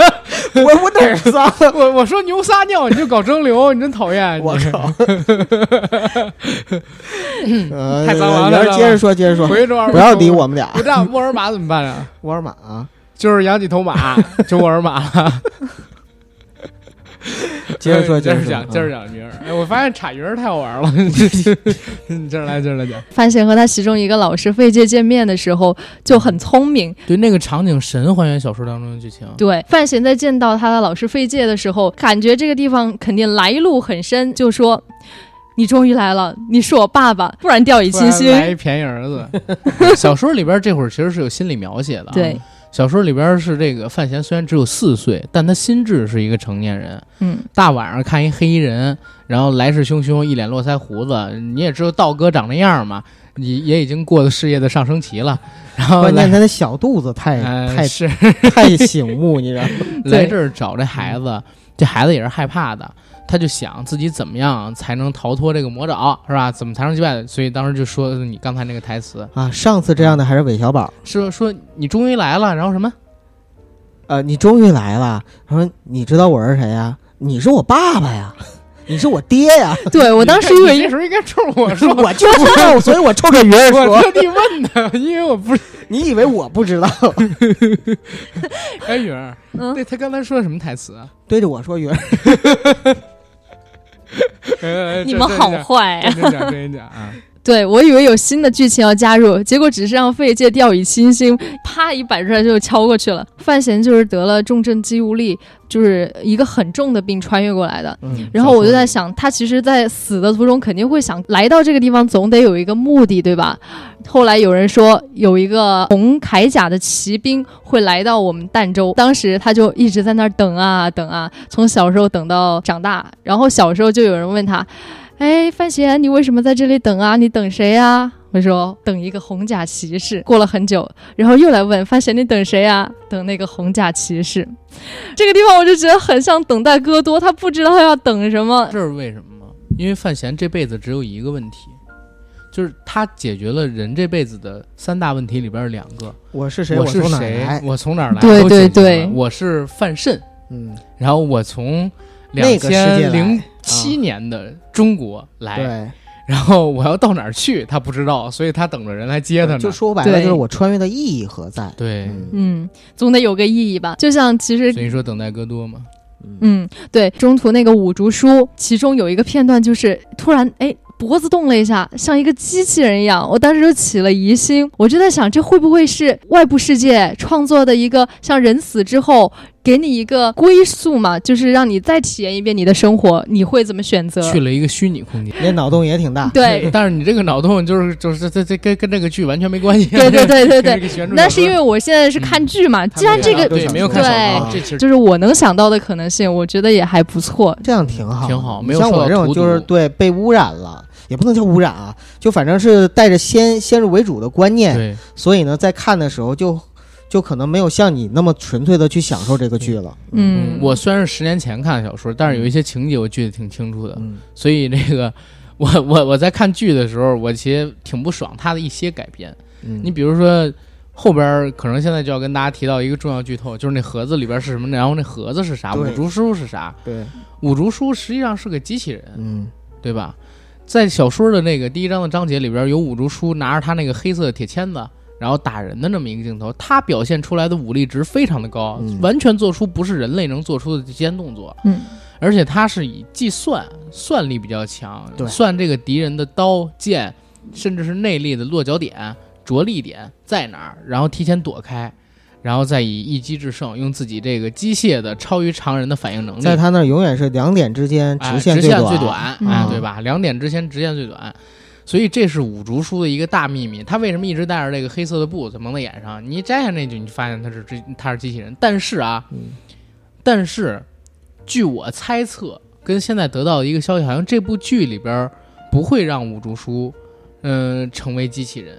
我我哪儿脏啊了？
我我说牛撒尿你就搞蒸馏，你真讨厌！
我
你
靠！呃
太脏了
然
太
后
脏了
接着说，接着说，
回去之后
不要理。我们俩。
不道沃尔玛怎么办啊？
沃尔玛啊，
就是养几头 马，就沃尔玛了。
接着说，
接
嗯
着
说
讲，接着。
啊
讲鱼儿。哎，我发现产鱼儿太 好玩了。你接着来，接着来讲。
发现和他其中一个老师费介见面的时候就很聪明，
对那个场景神还原小说当中的剧情，
对，范闲在见到他的老师费介的时候，感觉这个地方肯定来路很深，就说：“你终于来了，你是我爸爸，不然掉以
突
轻
然来
心。
一便宜儿子，
小说里边这会儿其实是有心理描写
啊
的、”
对，，
小说里边是这个范闲虽然只有四岁，但他心智是一个成年人。
嗯，
大晚上看一黑衣人，然后来势汹汹，一脸络腮胡子，你也知道道哥长那样嘛，也也已经过了事业的上升期了。然后
关键
来
他的小肚子太
呃
太
是
太醒目，你知道吗？
来这儿找这孩子，这孩子也是害怕的，他就想自己怎么样才能逃脱这个魔爪，是吧？怎么才能击败？所以当时就说你刚才那个台词，
啊，上次这样的还是韦小宝。
是说你终于来了，然后什么？
呃，你终于来了。他说：“你知道我是谁呀？你是我爸爸呀，你是我爹呀。
对我当时以
你
为
那时候应该冲我说，
我就不知道，所以我冲着云儿
我
说
特地问的，因为 我不是。：“
你以为我不知道
哎，云儿，
嗯
对他刚才说的什么台 词啊？？”
对着我说：“云儿，
呃
你们好坏、
真
啊，
真讲，真讲 啊！
对我以为有新的剧情要加入，结果只是让费介掉以轻心，啪一摆出来就敲过去了。范闲就是得了重症肌无力，就是一个很重的病穿越过来的。
嗯，
然后我就在想，他其实，在死的途中肯定会想，来到这个地方总得有一个目的，对吧？后来有人说，有一个红铠甲的骑兵会来到我们儋州，当时他就一直在那儿等啊等啊，从小时候等到长大。然后小时候就有人问他，哎，范闲，你为什么在这里等啊？你等谁啊？我说等一个红甲骑士。过了很久，然后又来问范闲，你等谁啊？等那个红甲骑士。这个地方我就觉得很像等待戈多，他不知道他要等什么。
这是为什么吗？因为范闲这辈子只有一个问题，就是他解决了人这辈子的三大问题里边儿两个：
我是谁？
我是
从哪儿
谁
来，？
我从哪儿来？
对
都解决
对
了
对
我是范慎，
嗯，
然后我从两
那个世界
千
来啊
零七年的中国来，
对，
然后我要到哪儿去，他不知道，所以他等着人来接他呢。
就说白了，
对
就是我穿越的意义何在？
对，
嗯
嗯，总得有个意义吧。就像其实
所以说等待戈多嘛，
嗯，
嗯，对，中途那个五竹书，其中有一个片段就是突然哎。脖子动了一下，像一个机器人一样，我当时就起了疑心，我就在想，这会不会是外部世界创作的一个像人死之后给你一个归宿嘛？就是让你再体验一遍你的生活，你会怎么选择？
去了一个虚拟空间。，
那脑洞也挺大。
对
但是你这个脑洞就是就是这这跟跟这个剧完全没关系。
对对对对对，
对
那是因为我现在是看剧嘛，既然这
没
个
看都
对
想
没有
说
看小
对
说，这啊其实
就是我能想到的可能性，我觉得也还不错。
这样挺好，
挺好
你
没有
像
受
我
到
这种
荼
就是
毒
对被污染了，也不能叫污染啊，就反正是带着先先入为主的观念，
对
所以呢，在看的时候就就可能没有像你那么纯粹的去享受这个剧了。
嗯，
我虽然是十年前看的小说，但是有一些情节我记得挺清楚的，
嗯，
所以这个我我我在看剧的时候，我其实挺不爽他的一些改编。
嗯
你比如说后边儿可能现在就要跟大家提到一个重要剧透，就是那盒子里边是什么，然后那盒子是啥，
对
五竹叔是啥？
对，
五竹叔实际上是个机器人，
嗯
对吧？在小说的那个第一章的章节里边，有五竹叔拿着他那个黑色的铁签子，然后打人的那么一个镜头，他表现出来的武力值非常的高，
嗯
完全做出不是人类能做出的极限动作。
嗯，
而且他是以计算算力比较强，
对
算这个敌人的刀剑，甚至是内力的落脚点、着力点在哪儿，然后提前躲开，然后再以一击制胜，用自己这个机械的超于常人的反应能力，
在他那儿永远是两点之
嗯
间
哎
直线
最
最短，
短，
嗯
哎，对吧？两点之前直线最短，所以这是五竹叔的一个大秘密。他为什么一直戴着这个黑色的布在蒙在眼上？你一摘下那句，你就发现他是机他是机器人。但是啊，
嗯
但是据我猜测，跟现在得到的一个消息，好像这部剧里边儿不会让五竹叔，嗯、成为机器人。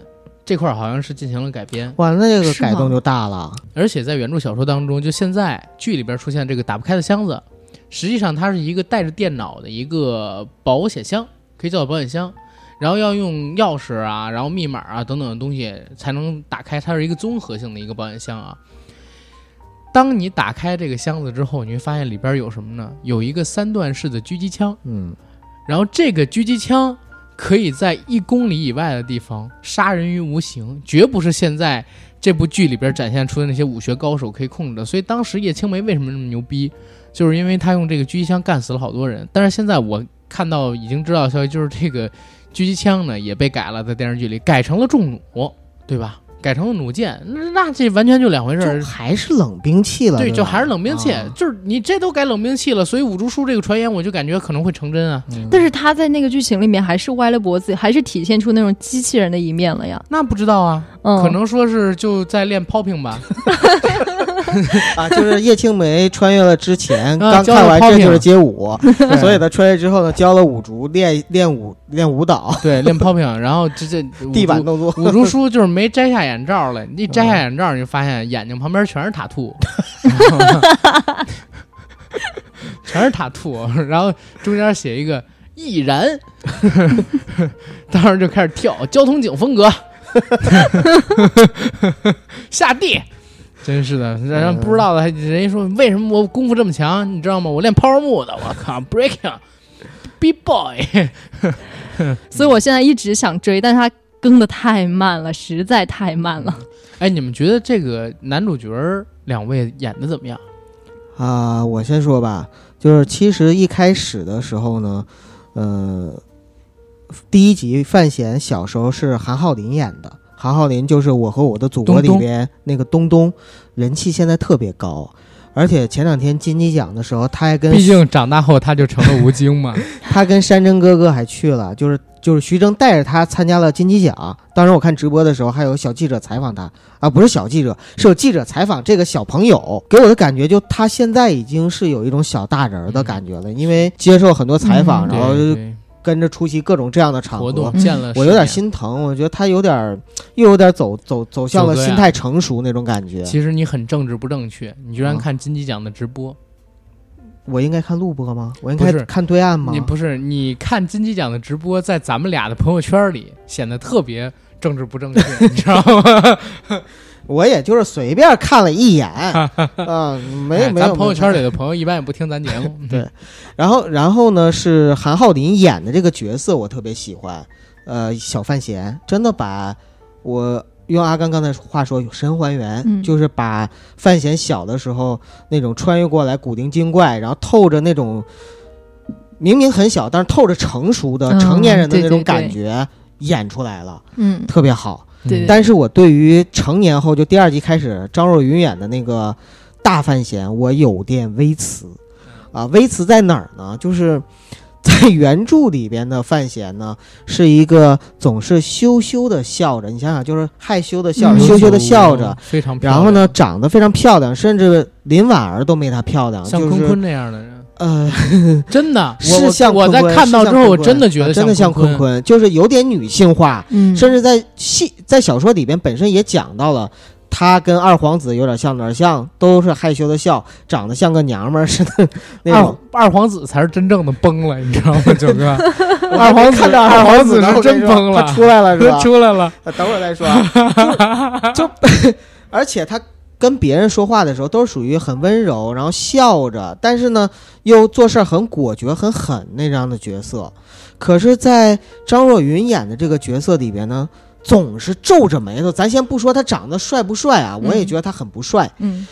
这块儿好像是进行了改编，
哇，那这个
是吗
改动就大了。
而且在原著小说当中，就现在剧里边出现这个打不开的箱子，实际上它是一个带着电脑的一个保险箱，可以叫保险箱。然后要用钥匙啊，然后密码啊等等的东西才能打开，它是一个综合性的一个保险箱啊。当你打开这个箱子之后，你会发现里边有什么呢？有一个三段式的狙击枪，
嗯，
然后这个狙击枪可以在一公里以外的地方杀人于无形，绝不是现在这部剧里边展现出的那些武学高手可以控制的。所以当时叶青梅为什么那么牛逼，就是因为他用这个狙击枪干死了好多人。但是现在我看到已经知道的消息，就是这个狙击枪呢也被改了，在电视剧里改成了重弩，对吧？改成了弩箭，那啊那这完全就两回事儿
就。还是冷兵器了，
对，
吧
就还是冷兵器，
啊
就是你这都改冷兵器了，所以五竹叔这个传言，我就感觉可能会成真啊。
嗯
但是他在那个剧情里面还是歪了脖子，还是体现出那种机器人的一面了呀。
那不知道啊，
嗯，
可能说是就在练 popping 吧，
啊，就是叶青梅穿越了之前
啊
刚
教
看
了
完
抛
这
屏
就是街舞，
对
所以她穿越之后呢，教了五竹练练舞练舞蹈，
对，练 popping，然后这这
地板
五
动 作
竹。五竹叔就是没摘下眼罩来，你一摘下眼罩，你就发现眼睛旁边全是塔兔，全是塔兔，然后中间写一个易燃，当时就开始跳交通警风格，下地。真是的，让人不知道的，还人家说为什么我功夫这么强，你知道吗？我练抛儿木的，我靠，breaking，b boy，
所以我现在一直想追，但是他更的太慢了，实在太慢了。
哎，你们觉得这个男主角儿两位演的怎么样？
啊、我先说吧，就是其实一开始的时候呢，呃，第一集范闲小时候是韩浩林演的，韩浩林就是《我和我的祖国》
东东
里边那个东东，人气现在特别高，而且前两天金鸡奖的时候，他还跟
毕竟长大后他就成了吴 京嘛。
他跟山珍哥哥还去了，就是就是徐峥带着他参加了金鸡奖。当时我看直播的时候，还有小记者采访他啊，不是小记者，是有记者采访这个小朋友。给我的感觉就他现在已经是有一种小大人儿的感觉了，因为接受很多采访，
嗯
然后
对对
跟着出席各种这样的场
活
合
动。见了，
我有点。心疼，我觉得他有点儿又有点走走走向了
走个呀
心态成熟那种感觉。
其实你很政治不正确，你居然
啊
看金鸡奖的直播。
我应该看录播吗？我应该
不是
看对岸吗
你？不是你看金鸡奖的直播，在咱们俩的朋友圈里显得特别政治不正确，你知道吗？
我也就是随便看了一 眼，啊， 没
哎
没有
咱朋友圈
没
里的朋友一般也不听咱节 目。
对然后，然后呢是韩浩林演的这个角色，我特别喜欢。呃，小范闲真的把我用阿甘刚才话说有神还原，
嗯
就是把范闲小的时候那种穿越过来古灵精怪，然后透着那种明明很小，但是透着成熟的
嗯
成年人的
对
那种
对对
感觉、演出来了，
嗯，
特别好。
对对
但是我对于成年后就第二集开始张若昀演的那个大范闲，我有点微词，啊，微词在哪儿呢？就是在原著里边的范闲呢，是一个总是羞羞的笑着，你想想，就是害羞的笑着，
嗯
羞羞的笑着，，
非常漂亮。
然后呢，长得非常漂亮，甚至林婉儿都没她漂亮，
像
就
坤
是
坤这样的人，
呃，
真的，
是像
我我我在
坤坤
看到
是
之
像
后，我
坤坤啊
真的觉得
真的像
坤
坤，坤，就是有点女性化，
嗯
甚至在戏在小说里边本身也讲到了。他跟二皇子有点像，哪儿像？都是害羞的笑，长得像个娘们儿似的那
二
种。
二皇子才是真正的崩了，你知道吗，九哥？
二
皇 子
看到
二
皇
皇子
呢
是
我跟
真
你说
崩了
他出来 了是 吧
他？出来了，
呃等会儿再说啊。就就 而且他跟别人说话的时候都是属于很温柔，然后笑着，但是呢又做事儿很果决、很狠那样的角色。可是，在张若昀演的这个角色里边呢，总是皱着眉头。咱先不说他长得帅不帅啊，我也
嗯
觉得他很不帅。
嗯，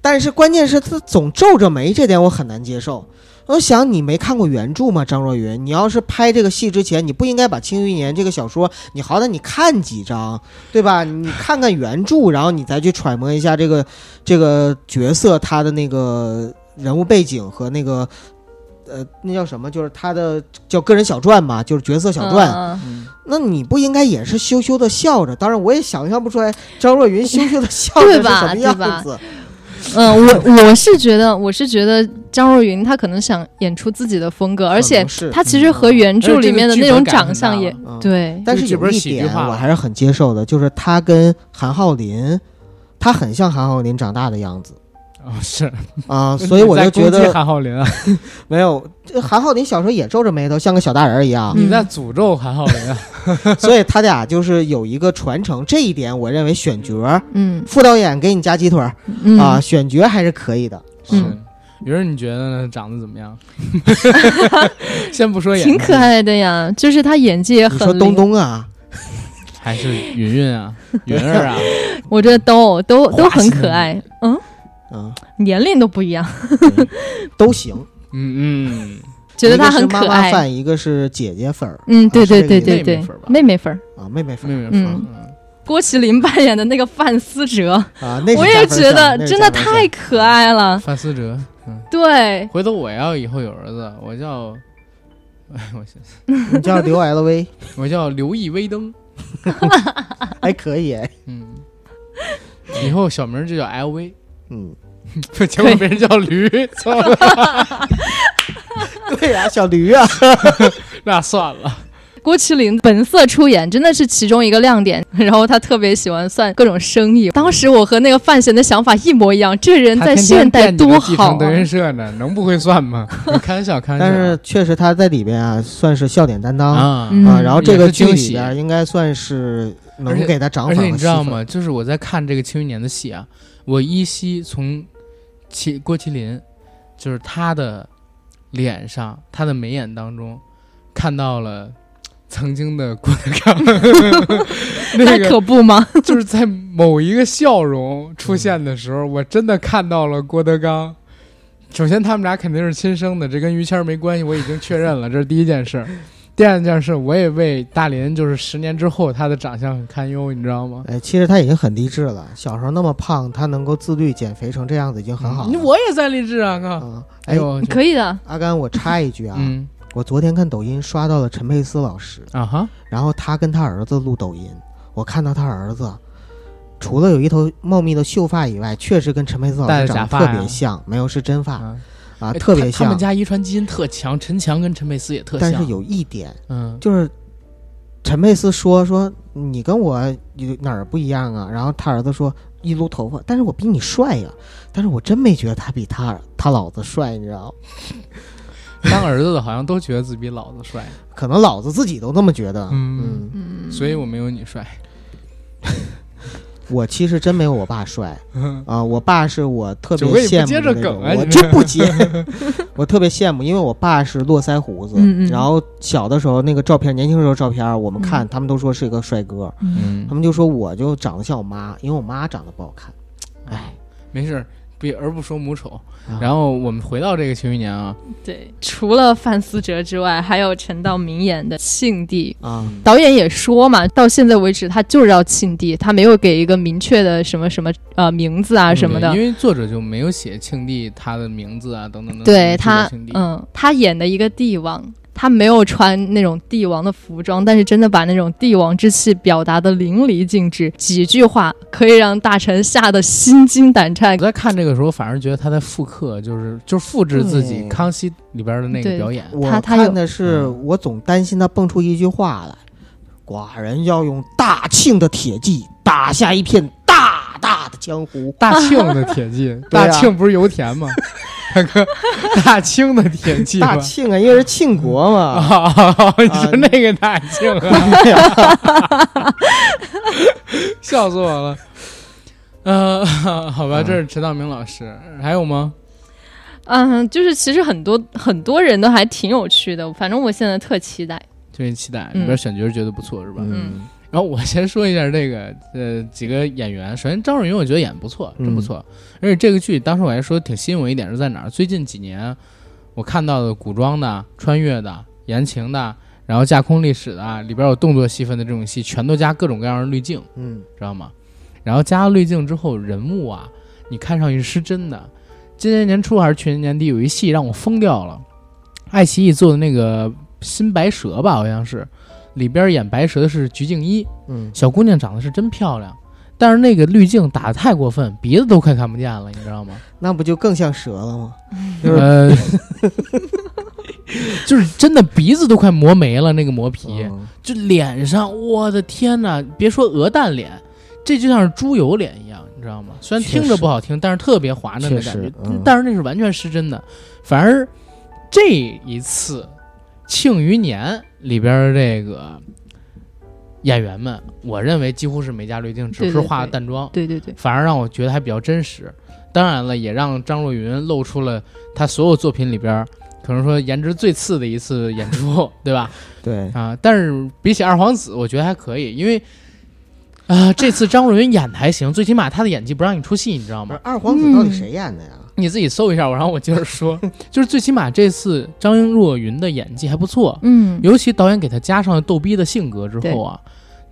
但是关键是他总皱着眉，这点我很难接受。我想你没看过原著吗？张若昀，你要是拍这个戏之前，你不应该把《庆余年》这个小说，你好歹你看几章，对吧？你看看原著，然后你再去揣摩一下这个这个角色他的那个人物背景和那个呃那叫什么，就是他的叫个人小传嘛，就是角色小传。
嗯，
那你不应该也是羞羞的笑着？当然，我也想象不出来张若昀羞羞的笑着是
对吧
什么
对吧
样子。
嗯，我我是觉得，我是觉得张若昀他可能想演出自己的风格，而
可
且
能是
他其实和原著里面的那种长相也
嗯
嗯
对，
但是
这
有
本
一
喜剧
点
化
我
了
还是很接受的，就是他跟韩浩林，他很像韩浩林长大的 样子
啊是，
啊、所以我就觉
你在攻击
得
韩浩林啊，
没有这韩浩林小时候也皱着眉头，像个小大人儿一 样，
你在诅咒韩浩林啊，
所以他俩就是有一个传承，这一点我认为选角儿
嗯
副导演给你加鸡腿儿
嗯
啊，选角还是可以的。
是
嗯。
鱼儿，你觉得呢？长得怎 么样？ 先不说演，
挺可，爱的呀，就是他演技也
你
很
说东
灵
东啊，
还是云云啊，云儿啊，
我觉得都都都
花
很
心
可爱，嗯，
嗯，
年龄都不一样，
都行。
嗯嗯，
觉得他
一
很
个是
可
妈妈
爱。
饭，一个是姐姐粉儿
嗯，对
啊
对
是
对
那个
对
妹
对
妹粉儿吧，
妹妹粉儿，
啊，妹妹粉
妹
儿
妹说，
嗯郭麒麟扮演的那个范思哲，
啊，那是
我也
加分
觉
项
得
那是
真
加
的
分
太
项
可爱了。
范思哲，嗯，
对，
回头我要以后有儿子，我叫，哎，我想
你叫刘 LV
我叫刘毅威登，
还可以，哎
嗯，以后小名就叫 LV，
嗯。
结果被人叫驴， 操，
对呀、小驴啊，
那算了，
郭麒麟本色出演真的是其中一个亮点。然后他特别喜欢算各种生意，当时我和那个范闲的想法一模一样，这人在现代多好啊、
德云社呢，能不会算吗？ 开玩笑，开玩笑，
但是确实他在里边啊，算是笑点担当啊
啊，
嗯
然后这个剧
也是
里
惊喜
边应该算是
而
能
且
给他涨
而
粉
且
和
你
戏
知道
粉。
吗？就是我在看这个《庆余年》的戏啊，我依稀从麒郭麒麟，就是他的脸上、他的眉眼当中，看到了曾经的郭德 纲，那
那
个
可不吗？
就是在某一个笑容出现
嗯
的时候，我真的看到了郭德纲。首先，他们俩肯定是亲生的，这跟于谦儿没关系，我已经确认了，这是第一件事儿。第二件事，我也为大林就是十年之后他的长相很堪忧，你知道吗？
哎，其实他已经很励志了。小时候那么胖，他能够自律减肥成这样子已经很好了。
嗯我也在励志啊，靠！
啊，
哎
哎，
呦，我去
可以的，
阿甘，我插一句啊，
嗯
我昨天看抖音刷到了陈佩斯老师，
啊哈，
然后他跟他儿子录抖音，我看到他儿子。除了有一头茂密的秀发以外，确实跟陈佩斯老
戴
师
着
长
假
得
发
特
呀
别像，没有是真发
啊
啊，
哎
特别
他他们
像。
家遗传基因特强，陈强跟陈佩斯也特像。
但是有一点，
嗯，
就是陈佩斯说说你跟我有哪儿不一样啊？然后他儿子说一撸头发，但是我比你帅呀、但是我真没觉得他比他他老子帅，你知道吗？
当儿子的好像都觉得自己比老子帅，
可能老子自己都那么觉得。
嗯
嗯，
所以我没有你帅。
我其实真没有我爸帅 啊、我爸是我特别
九哥你不
羡慕
接
的
着
那种，
梗啊
我
你
真不接， 我特别羡慕，因为我爸是络腮胡子，
嗯嗯
然后小的时候那个照片，年轻时候照片，我们看、
嗯
他们都说是一个帅哥，
嗯
他，们就说我就长得像我妈，因为我妈长得不好看。哎，
没事儿，比儿不说母丑
啊。
然后我们回到这个庆余年啊，
对，除了范思哲之外，还有陈道明演的庆帝。
啊、
导演也说嘛，到现在为止，他就是要庆帝，他没有给一个明确的什么什么呃名字
嗯
啊什么的。
对因为作者就没有写庆帝他的名字啊，等等等等。
对
这个
他
庆帝，
嗯，他演的一个帝王，他没有穿那种帝王的服装，但是真的把那种帝王之气表达的淋漓尽致，几句话可以让大臣吓得心惊胆战
我。在看这个时候，反而觉得他在复刻，就是就是复制自己
对
《康熙》里边的那个
对
表演。
我
他他有
看的是，我总担心他蹦出一句话来，寡人要用大庆的铁骑打下一片大大的江湖。
大庆的铁骑，
对啊
大庆不是油田 吗？大哥，大庆的铁骑吧
大。庆啊，因为是庆国嘛，哦
啊，你说那个大庆啊，
啊
笑死我了。呃，好吧，
嗯
这是陈道明老师，还有吗？
嗯，就是其实很多很多人都还挺有趣的，反正我现在特期待。
最期待
嗯
里边选角觉得不错是吧？
嗯
然后我先说一下这个呃几个演员，首先张若昀我觉得演得不
嗯
错，真不错。而且这个剧当时我还说挺吸引我一点是在哪儿？最近几年我看到的古装的、穿越的、言情的，然后架空历史的，里边有动作戏份的这种戏，全都加各种各样的滤镜。
嗯
知道吗？然后加了滤镜之后，人物啊，你看上去是真的。今年年初还是去年年底，有一戏让我疯掉了，爱奇艺做的那个《新白蛇》吧，好像是，里边演白蛇的是鞠婧祎，
嗯，
小姑娘长得是真漂亮，但是那个滤镜打得太过分，鼻子都快看不见了，你知道吗？
那不就更像蛇了吗？就是
呃， 就是真的鼻子都快磨没了，那个磨皮。
嗯
就脸上，我的天哪！别说鹅蛋脸，这就像是猪油脸一样，你知道吗？虽然
确实
听着不好听，但是特别滑嫩的感
确
觉
实，嗯
但是那是完全失真的。反而这一次《庆余年》里边儿这个演员们，我认为几乎是没加滤镜，只
对
是
对
化了
对
淡妆，
对对对，
反而让我觉得还比较真实。当然了，也让张若昀露出了他所有作品里边儿可能说颜值最次的一次演出，对吧？
对，
啊，但是比起二皇子，我觉得还可以，因为啊、这次张若昀演的还行， 最起码他的演技不让你出戏，你知道
不是
吗？
二皇子到底谁演的呀？
你自己搜一下，我然后我接着说， 就是最起码这次张若昀的演技还不错，
嗯，
尤其导演给他加上了逗逼的性格之后啊，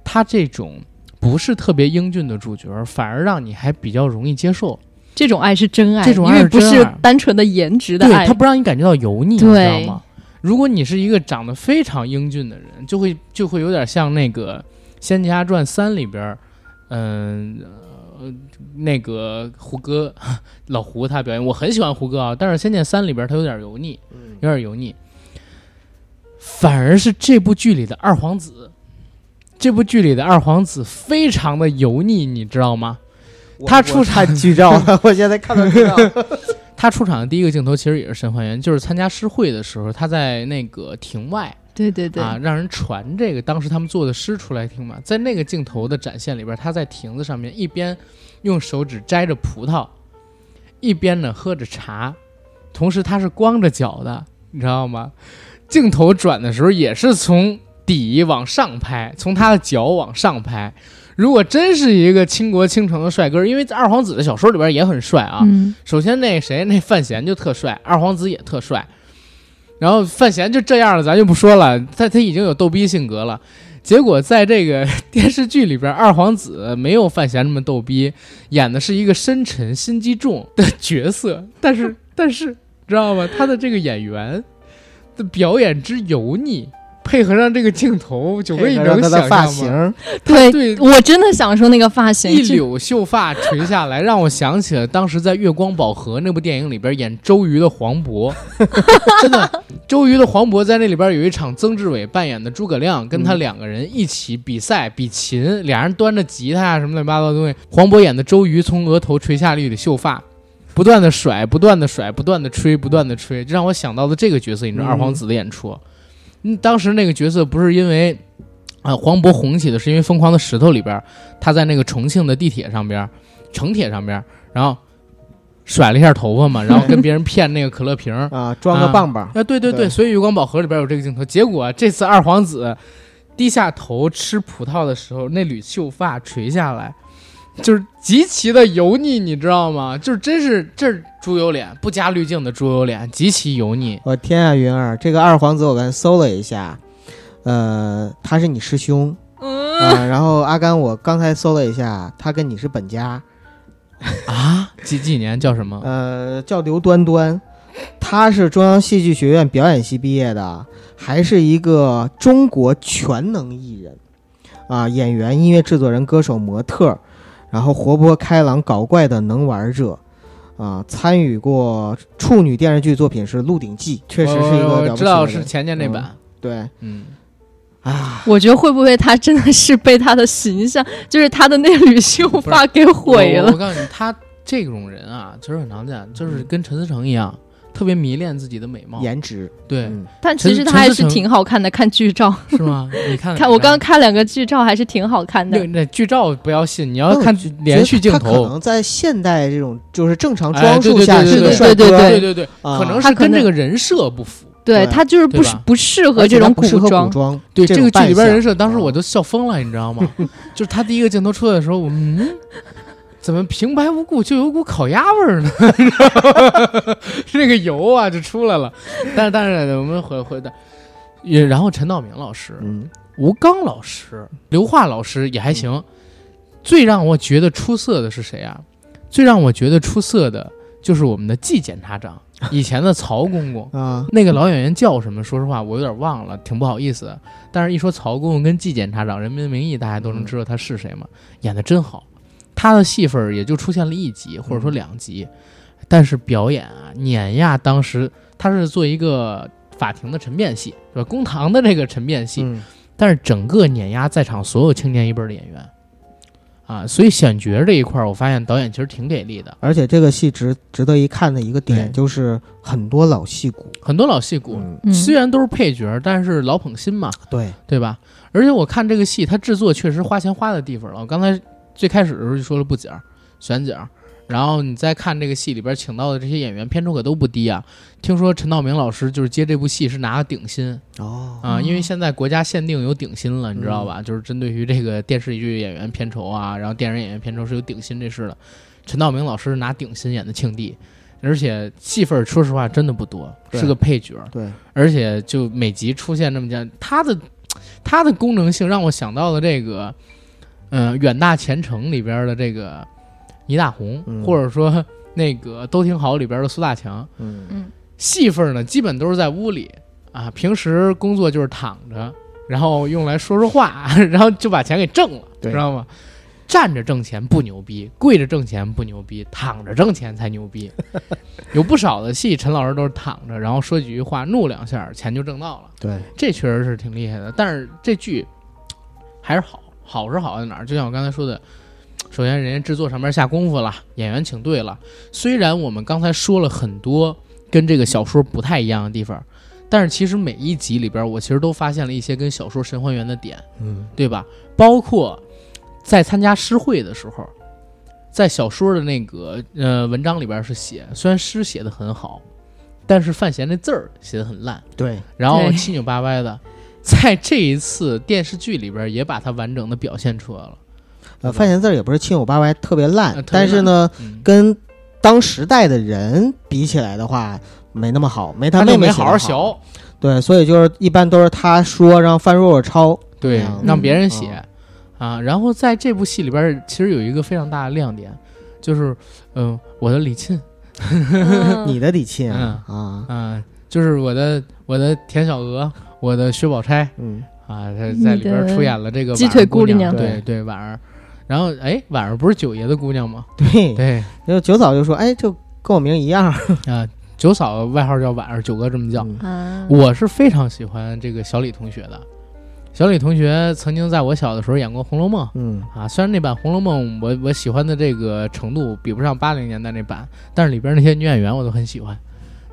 他这种不是特别英俊的主角，反而让你还比较容易接受，
这种爱是真爱，
这种爱
因
是
为不
真
是
爱
单纯的颜值的
对
爱
他。不让你感觉到油腻，你知道
对
吗？如果你是一个长得非常英俊的人，就会就会有点像那个《仙剑奇侠传三》里边儿，嗯、呃那个胡歌 老胡他表演，我很喜欢胡歌啊，但是《仙剑三》里边儿他有点油腻，有点油腻。反而是这部剧里的二皇子，这部剧里的二皇子非常的油腻，你知道吗？
我
他出
我
场
看剧照了， 我现在看到剧照了。
他出场的第一个镜头其实也是神还原，就是参加诗会的时候，他在那个庭外。
对对对，
啊，让人传这个当时他们做的诗出来听嘛。在那个镜头的展现里边，他在亭子上面一边用手指摘着葡萄，一边呢喝着茶，同时他是光着脚的，你知道吗？镜头转的时候也是从底往上拍，从他的脚往上拍。如果真是一个倾国倾城的帅哥，因为在二皇子的小说里边也很帅啊，
嗯，
首先那谁那范闲就特帅，二皇子也特帅，然后范闲就这样了，咱就不说了，他他已经有逗逼性格了。结果在这个 电视剧里边，二皇子没有范闲那么逗逼，演的是一个深沉、心机重的角色。但是，但是，知道吗？他的这个演员的表演之油腻，配合上这个镜头，九哥，你
配合
能
上他
想
的发
象吗？
型，
对，
对
我真的想说那个发型，
一
就
绺秀发垂下来，让我想起了当时在《月光宝盒》那部电影里边演周瑜的黄渤， 真的，周瑜的黄渤在那里边有一场曾志伟扮演的诸葛亮跟他两个人一起比赛比琴，俩人端着吉他啊什么乱七八糟的东西，黄渤演的周瑜从额头垂下了一缕秀发。不断的甩，不断的甩，不断的吹，不断的吹，这让我想到了这个角色，你知道
嗯。
二皇子的演出。嗯，当时那个角色不是因为啊、黄渤红起的，是因为《疯狂的石头》里边他在那个重庆的地铁上边儿，城铁上边儿，然后甩了一下头发嘛，然后跟别人骗那个可乐瓶儿
啊，装个棒棒，
啊，对对对，
对
所以《月光宝盒》里边有这个镜头。结果、啊这次二皇子低下头吃葡萄的时候，那缕秀发垂下来，就是极其的油腻，你知道吗？就是真是这是猪油脸，不加滤镜的猪油脸，极其油腻。
我天啊，云儿，这个二皇子我刚才搜了一下，呃，他是你师兄啊、
嗯，
然后阿甘，我刚才搜了一下，他跟你是本家，
啊，几几年叫什么？
呃，叫刘端端，他是中央戏剧学院表演系毕业的，还是一个中国全能艺人啊、演员、音乐制作人、歌手、模特儿，然后活泼开朗、搞怪的能玩者。啊，参与过处女呃电视剧作品是《鹿鼎记》，确实是一个
哦我
了不
知
起的
道
人。嗯
是前年那版。
对，
嗯，
啊，
我觉得会不会他真的是被他的形象， 就是他的那缕秀发给毁
我我
了？
我告诉你，他这种人啊，其实很常见，就是
嗯
跟陈思诚一样，特别迷恋自己的美貌。
颜值，
对，
嗯
但其实
陈
他还
陈思
是
诚
挺好看的，看剧照，
是吗？你看
看我刚看两个剧照还是挺好看
那
的。
那剧照不要信，你要
但我
看连续镜
觉得他可
头，
能在现代这种就是正常
哎
装束
对对
下
对
是个
对
帅
对
哥，
对对对，
啊
可能
他
是
可
跟这
能
个人设不符。
对
对
他就是不
对吧
是不适合
而且
这
他
种
不适合
装
古，装，
对
这
这
种
个剧里边
扮相啊
人设，当时我都笑疯了，你知道 吗？就是他第一个镜头出来的时候，我嗯，怎么平白无故就有股烤鸭味儿呢？ 是那个油啊就出来了。但是但是我们回回的，也然后陈道明老师、
嗯，
吴刚老师、刘桦老师也还行。最让我觉得出色的是谁啊？最让我觉得出色的就是我们的季检察长，以前的曹公公。
啊，
那个老演员叫什么？说实话，我有点忘了，挺不好意思。但是，一说曹公公跟季检察长《人民的名义》，大家都能知道他是谁嘛，演的真好。他的戏份儿也就出现了一集或者说两集，但是表演啊，碾压当时他是做一个法庭的陈辩戏，是吧？公堂的这个陈辩戏，
嗯
但是整个碾压在场所有青年一辈儿的演员啊，所以选角这一块儿，我发现导演其实挺给力的，
而且这个戏值值得一看的一个点
对
就是很多老戏骨，
很多老戏骨。
嗯，
嗯
虽然都是配角，但是老捧心嘛，
对，
对吧？而且我看这个戏，它制作确实花钱花的地方了。我刚才最开始的时候就说了布景儿、选景儿，然后你再看这个戏里边请到的这些演员，片酬可都不低啊。听说陈道明老师就是接这部戏是拿了顶薪
哦，
啊，
哦
因为现在国家限定有顶薪了，你知道吧？就是针对于这个电视剧演员片酬啊，然后电影演员片酬是有顶薪这事的。陈道明老师拿顶薪演的庆帝，而且戏份儿说实话真的不多，
对
是个配角。
对，
而且就每集出现这么讲，它的它的功能性让我想到了这个，嗯、远大前程》里边的这个倪大红，
嗯
或者说那个《都挺好》里边的苏大强，
嗯
戏份呢基本都是在屋里啊，平时工作就是躺着，然后用来说说话， 然后就把钱给挣了，
对
知道吗？站着挣钱不牛逼，跪着挣钱不牛逼，躺着挣钱才牛逼。有不少的戏，陈老师都是躺着，然后说几句话，怒两下，钱就挣到了。
对，
这确实是挺厉害的。但是这剧还是好，好是好在哪儿？就像我刚才说的，首先人家制作上面下功夫了，演员请对了。虽然我们刚才说了很多跟这个小说不太一样的地方，但是其实每一集里边，我其实都发现了一些跟小说神还原的点，
嗯
对吧？包括在参加诗会的时候。在小说的那个呃文章里边是写，虽然诗写的很好，但是范闲那字儿写的很烂，
对，
然后
对
七扭八歪的，在这一次电视剧里边也把它完整的表现出来了。
呃，范闲字儿也不是七扭八歪，特别
呃
烂，
特别
但是
烂
呢，
嗯，
跟当时代的人比起来的话，没那么好，没
他
妹
就
妹
没
写得
好
好
好学，
对，所以就是一般都是他说让范若若抄，
对
嗯，
让别人写啊。然后在这部戏里边，其实有一个非常大的亮点，就是嗯、呃我的李沁，
嗯
你的李沁啊啊，
嗯、就是我的我的田小娥，我的薛宝钗
嗯，
啊，她在里边
你的
出演了这个
鸡
婉儿
腿
姑
姑娘
对对，婉儿。然后哎，婉儿不是九爷的姑娘吗？
对，
对
然后九嫂就说，哎，就跟我名一 样，
啊，九嫂外号叫婉儿，九哥这么叫。
嗯
啊
我是非常喜欢这个小李同学的。小李同学曾经在我小的时候演过《红楼梦》
嗯，
啊，虽然那版《红楼梦》我我喜欢的这个程度比不上八零年代那版，但是里边那些女演员我都很喜欢，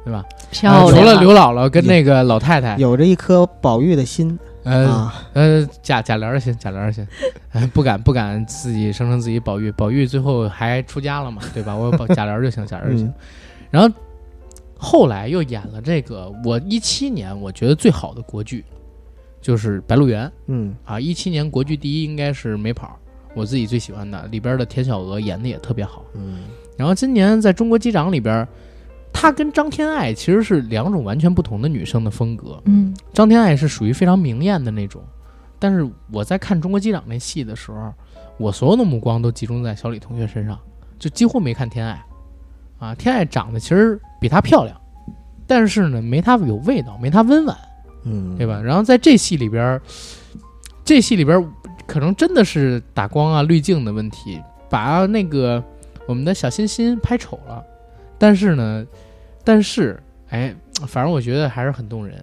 对吧？
漂
呃
亮，
除了刘姥姥跟那个老太太，
啊有着一颗宝玉的心
呃、
啊，
呃，贾贾琏儿行，贾琏 儿行，哎，不敢不敢自己声称自己宝玉，宝玉最后还出家了嘛，对吧？我有宝贾琏儿就行，贾琏儿就行。
嗯
然后后来又演了这个，我一七年我觉得最好的国剧就是《白鹿原》
嗯，
啊，一七年国剧第一应该是《没跑儿》，我自己最喜欢的，里边的田小娥演的也特别好。
嗯，
然后今年在中国机长里边，她跟张天爱其实是两种完全不同的女生的风格。
嗯，
张天爱是属于非常明艳的那种，但是我在看《中国机长》那戏的时候，我所有的目光都集中在小李同学身上，就几乎没看天爱。啊，天爱长得其实比她漂亮，但是呢，没她有味道，没她温婉，
嗯，
对吧？？然后在这戏里边儿，这戏里边儿可能真的是打光啊、滤镜的问题，把那个我们的小欣欣拍丑了。但是呢，但是哎，反正我觉得还是很动人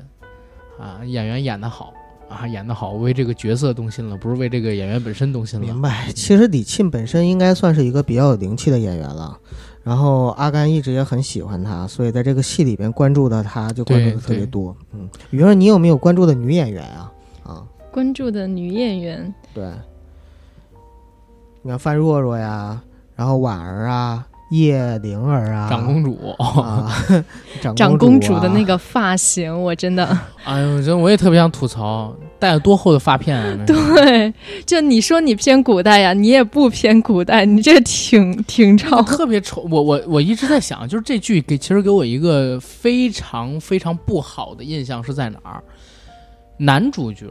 啊，演员演得好啊，演得好，我为这个角色动心了，不是为这个演员本身动心了
明。白。其实李沁本身应该算是一个比较有灵气的演员了，然后阿甘一直也很喜欢她，所以在这个戏里边关注到她就关注的特别
对对
多。嗯，雨儿，你有没有关注的女演员啊？啊，
关注的女演员，
啊
对，你看范若若呀，然后婉儿啊，叶灵儿啊，
长公主，
啊， 长
长公主
啊
的那个发型，我真的
哎呦，真我也特别想吐槽，戴了多厚的发片 啊！那是
对，就你说你偏古代呀，你也不偏古代，你这挺挺
我
超。
特别丑，我我我一直在想，就是这剧给其实给我一个非常非常不好的印象是在哪儿？男主角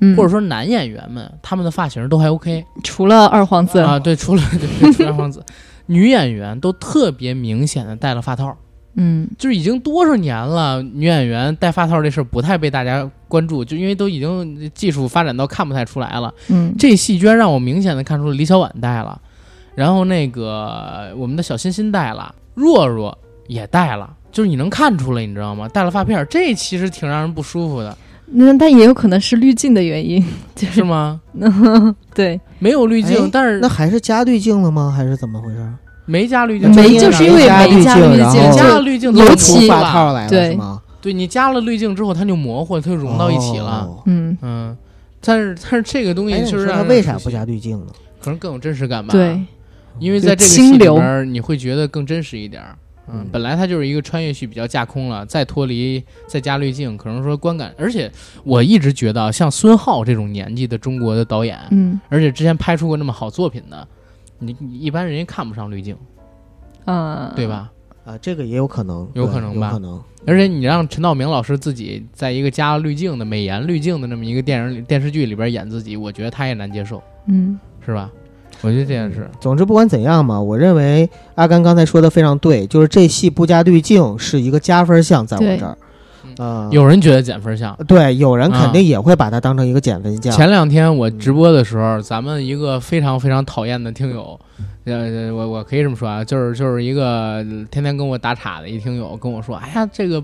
嗯
或者说男演员们，他们的发型都还 OK
除了二皇子，
啊，对，除了对除了王子， 女演员都特别明显的戴了发套，
嗯，
就是已经多少年了，女演员戴发套这事儿不太被大家关注，就因为都已经技术发展到看不太出来了。
嗯，
这戏居然让我明显的看出李小婉戴了，然后那个我们的小欣欣戴了，若若也戴了，就是你能看出来，你知道吗？戴了发片儿，这其实挺让人不舒服的，
那但也有可能是滤镜的原因， 就是
是吗？
对，
没有滤镜，
哎
但是
那还是加滤镜了吗？还是怎么回事？
没加滤镜，
那
没
就
就是因为
加
没
滤
加
镜
滤
然
镜，
后
加了
就
滤镜，
尤
它就
其
模糊
出发
了
套来了
对
是吗？
对你加了滤镜之后，它就模糊了，它就融到一起了。
哦。
嗯，
嗯，但是但是这个东西
哎，你
就
说
是
他
让人
为啥
出
不
戏
加？滤镜呢？
可能更有真实感吧。
对，，
因为
就
在这个
清
戏里
流
边儿，你会觉得更真实一点儿。嗯
嗯，
本来它就是一个穿越剧，比较架空了，再脱离，再加滤镜，可能说观感。而且我一直觉得啊，像孙浩这种年纪的中国的导演，
嗯
而且之前拍出过那么好作品的，你你一般人家看不上滤镜，
啊，
对？吧？
啊，这个也有可能，
有
对
可能吧
有可能。嗯
而且你让陈道明老师自己在一个加了滤镜的美颜滤镜的那么一个电影里电视剧里边演自己，我觉得他也难接受，
嗯
是吧？我觉得这件事，
总之，不管怎样嘛，我认为阿甘刚才说的非常对，就是这戏不加滤镜是一个加分项，在我
对
这儿
嗯，
呃，
有人觉得减分项，
对，有人肯
啊
定也会把它当成一个减分项。
前两天我直播的时候，咱们一个非常非常讨厌的听友，呃，我我可以这么说啊，就是就是一个天天跟我打岔的一听友跟我说，哎呀，这个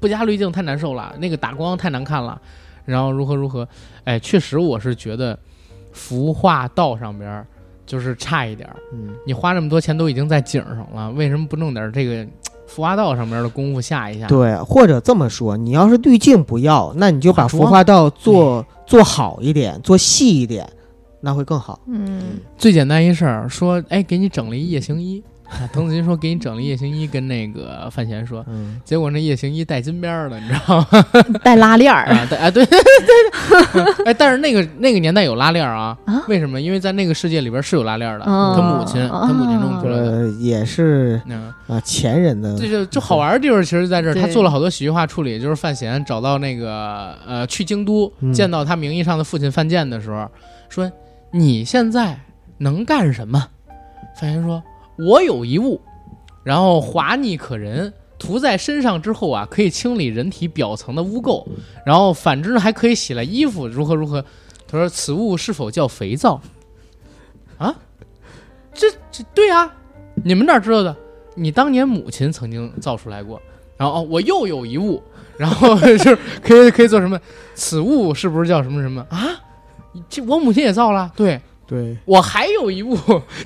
不加滤镜太难受了，那个打光太难看了，然后如何如何，哎，确实我是觉得服化道上边儿就是差一点儿，
嗯，
你花这么多钱都已经在景儿上了，为什么不弄点儿这个嘖服化道上面的功夫下一下？
对，或者这么说，你要是滤镜不要，那你就把
化
服
妆
化道做做好一点，做细一点，那会更好。
嗯
最简单一事儿，说哎，给你整了一夜行衣。 啊滕子京说给你整了一夜行衣，跟那个范闲说，
嗯，
结果那夜行衣带金边儿的，你知道吗？
带拉链儿，
啊，对，哎，对，对对 对，哎，但是那个那个年代有拉链儿啊
啊，
为什么？因为在那个世界里边是有拉链儿的，
哦
他母亲，他母亲弄出来的。
呃，也是
嗯，
啊，前人的
这就就好玩儿的地方，其实在这儿，
对
他做了好多喜剧化处理。就是范闲找到那个呃，去京都
嗯
见到他名义上的父亲范建的时候，说：“你现在能干什么？”范闲说：“我有一物，然后滑腻可人，涂在身上之后啊，可以清理人体表层的污垢，然后反之呢还可以洗了衣服，如何如何。”他说：“此物是否叫肥皂？”啊，这这对啊，你们哪知道的？你当年母亲曾经造出来过，然后哦，我又有一物，然后 就是可以可以做什么？此物是不是叫什么什么啊？这我母亲也造了，对
对，
我还有一物，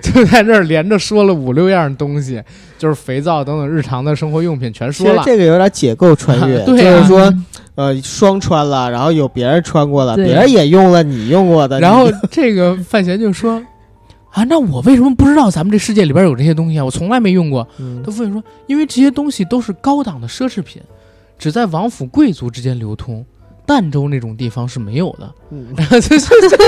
就在这儿连着说了五六样东西，就是肥皂等等日常的生活用品全
其
说
实
了。
这个有点解构 穿越，
啊对啊
就是说呃双穿了，然后有别人穿过了，
对
别人也用了你用过 的，
然后
你
这个范闲就说：“啊，那我为什么不知道咱们这世界里边有这些东西啊？我从来没用过。”
嗯
他父亲说：“因为这些东西都是高档的奢侈品，只在王府贵族之间流通，淡州那种地方是没有的。
嗯”
就就就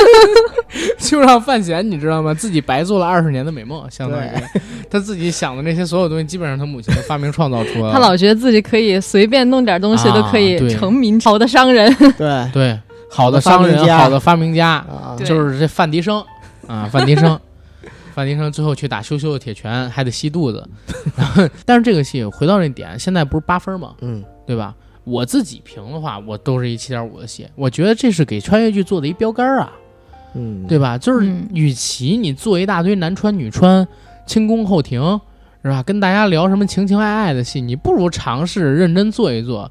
就让范闲，你知道吗？自己白做了二十年的美梦，相当于 他自己想的那些所有东西，基本上他母亲发明创造出来了。
他老觉得自己可以随便弄点东西都可
啊
以
对
成名好的商人，
对
对好的
发
商
明
人，
家
好的发明家，
啊，
对
就是这范迪生啊，范迪生， 范迪生最后去打羞羞的铁拳，还得吸肚子。 然后但是这个戏回到那点，现在不是八分吗？
嗯，
对吧？我自己评的话，我都是一七点五的戏，我觉得这是给穿越剧做的一标杆儿啊，
嗯，
对吧？就是
嗯
与其你做一大堆男穿女穿、清宫后庭，是吧？跟大家聊什么情情爱爱的戏，你不如尝试认真做一做。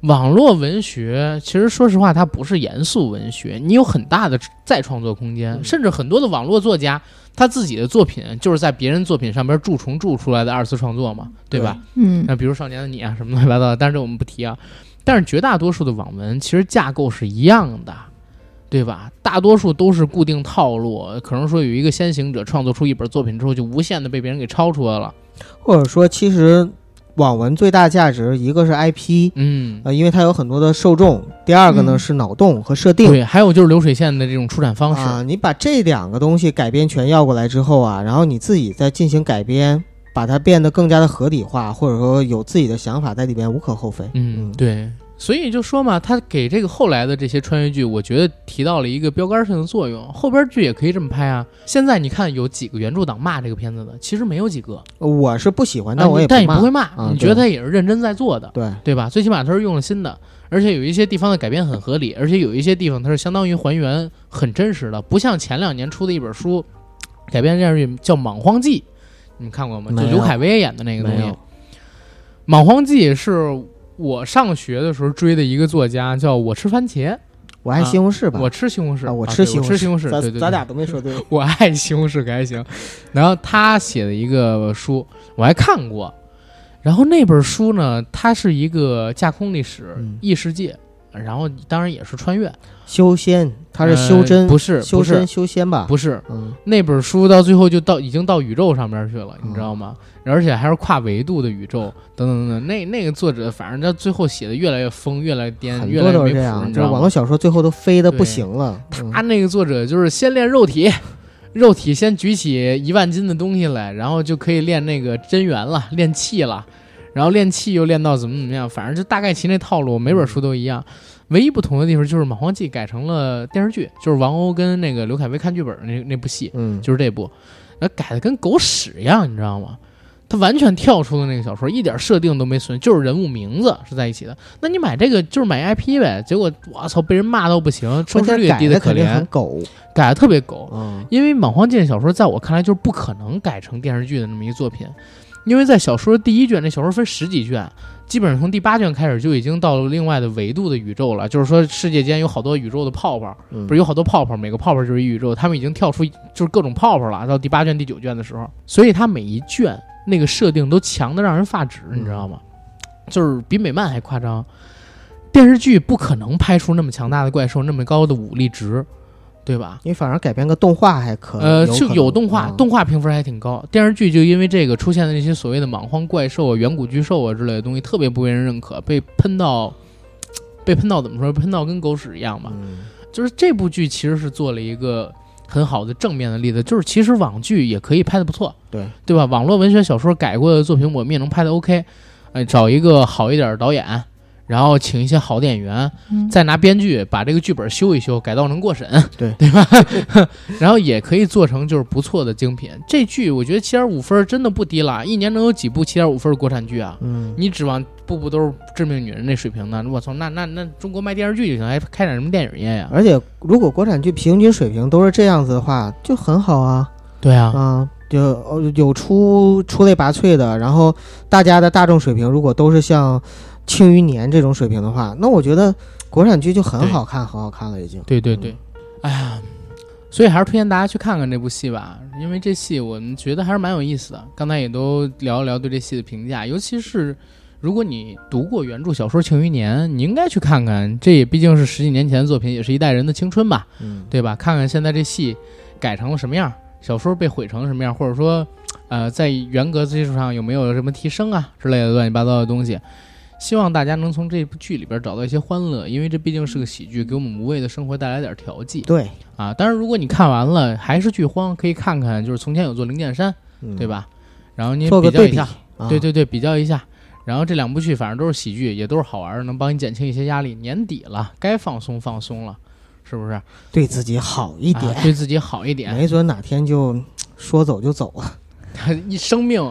网络文学其实说实话，它不是严肃文学，你有很大的再创作空间，
嗯
甚至很多的网络作家他自己的作品就是在别人作品上边蛀虫蛀出来的二次创作嘛，对吧？
嗯
那比如《少年的你》啊，什么乱七八糟的，但是这我们不提啊。但是绝大多数的网文其实架构是一样的，对吧？大多数都是固定套路，可能说有一个先行者创作出一本作品之后，就无限的被别人给抄出来了。
或者说，其实网文最大价值一个是 IP，
嗯，
呃，因为它有很多的受众；第二个呢、
嗯
是脑洞和设定。
对。还有就是流水线的这种出产方式，嗯
啊，你把这两个东西改编全要过来之后啊，然后你自己再进行改编，把它变得更加的合理化，或者说有自己的想法在里边，无可厚非。
嗯，对，所以就说嘛，他给这个后来的这些穿越剧，我觉得提到了一个标杆性的作用。后边剧也可以这么拍啊。现在你看有几个原著党骂这个片子的，其实没有几个，
我是不喜欢，但
啊
我
你
也
但你
骂。
不会骂，
啊
你
对
觉得他也是认真在做的，
对，
对吧？最起码他是用了心的，而且有一些地方的改编很合理，而且有一些地方它是相当于还原很真实的，不像前两年出的一本书改编电视剧叫《莽荒纪》，你们看过吗？
没
就
有
刘恺威演的那个东
没
西，啊《
有
莽荒纪》是我上学的时候追的一个作家，叫我吃番茄，
我爱西红柿吧。
我吃西红柿，
啊，我
啊
吃
对
西
我
红
吃西红柿，对对
咱
对，
咱俩都没 说对。
我爱西红柿还行。然后他写的一个书，我还看过。然后那本书呢，它是一个架空历史、
嗯
异世界，然后当然也是穿越。
修仙，它是
呃
修真，
不是
修
不是
身修仙吧？
不是
嗯，
那本书到最后就到已经到宇宙上面去
哦
了，你知道吗？而且还是跨维度的宇宙，等等等等。那那个作者，反正他最后写的越来越疯，越来越颠，
很
越
多
来越
都
没
是这
谱，
样，
你知
就是
道
网
吗
络？小说最后都飞的不
对
行了。嗯
他那个作者就是先练肉体， 肉体先举起一万斤的东西来，然后就可以练那个真元了，练气了，然后练气又练到怎么怎么样，反正就大概其那套路，每本书都一样。唯一不同的地方就是《莽荒纪》改成了电视剧，就是王鸥跟那个刘恺威看剧本那那部戏，
嗯，
就是这部，那改的跟狗屎一样，你知道吗？他完全跳出了那个小说，一点设定都没损，就是人物名字是在一起的。那你买这个就是买 IP 呗，结果我操，被人骂到不行，收视
关键
率也
改
低
的
可
肯定
怜啊
很，狗。
改的特别狗。
嗯，
因为《莽荒纪》的小说在我看来就是不可能改成电视剧的那么一个作品，因为在小说第一卷，那小说分十几卷，基本上从第八卷开始就已经到了另外的维度的宇宙了，就是说世界间有好多宇宙的泡泡，
嗯
不是有好多泡泡，每个泡泡就是一宇宙，他们已经跳出就是各种泡泡了。到第八卷、第九卷的时候，所以它每一卷那个设定都强的让人发指，
嗯
你知道吗？就是比美漫还夸张。电视剧不可能拍出那么强大的怪兽，那么高的武力值，对吧？
你反而改编个动画还可以，
呃，
可
就
能
有动画，
嗯
动画评分还挺高。电视剧就因为这个出现的那些所谓的莽荒怪兽啊、远古巨兽啊之类的东西，特别不被人认可，被喷到，被喷到怎么说？喷到跟狗屎一样吧。
嗯
就是这部剧其实是做了一个很好的正面的例子，就是其实网剧也可以拍的不错，
对
对吧？网络文学小说改过的作品，我们也能拍的 OK。呃，找一个好一点的导演，然后请一些好的演员，
嗯
再拿编剧把这个剧本修一修，改到能过审，
对
对吧？ 然后也可以做成就是不错的精品。这剧我觉得七点五分真的不低了，一年能有几部七点五分的国产剧啊？
嗯，
你指望步步都是致命女人那水平呢？我操，那那那中国卖电视剧就行，还开展什么电影业呀？
而且如果国产剧平均水平都是这样子的话，就很好啊
对啊，
啊。就呃有出出类拔萃的，然后大家的大众水平如果都是像《庆余年》这种水平的话，那我觉得国产剧就很
对
好看，很好看了已经。
对对对，哎呀，所以还是推荐大家去看看这部戏吧，因为这戏我们觉得还是蛮有意思的。刚才也都聊一聊对这戏的评价，尤其是如果你读过原著小说《庆余年》，你应该去看看，这也毕竟是十几年前的作品，也是一代人的青春吧，
嗯，
对吧？看看现在这戏改成了什么样，小说被毁成了什么样，或者说，呃，在原格基础上有没有什么提升啊之类的乱七八糟的东西。希望大家能从这部剧里边找到一些欢乐，因为这毕竟是个喜剧，给我们无谓的生活带来点调剂
对，
啊。当然，如果你看完了还是剧荒，可以看看就是从前有座零剑山，
嗯
对？吧？然后你
做
比
个
较
对
一
比
下，，
啊
对对对，比较一下。然后这两部剧反正都是喜剧，也都是好玩的，能帮你减轻一些压力。年底了，该放松放松了，是不是？
对自己好一点
啊，，对自己好一点。
没准哪天就说走就走了。
一生命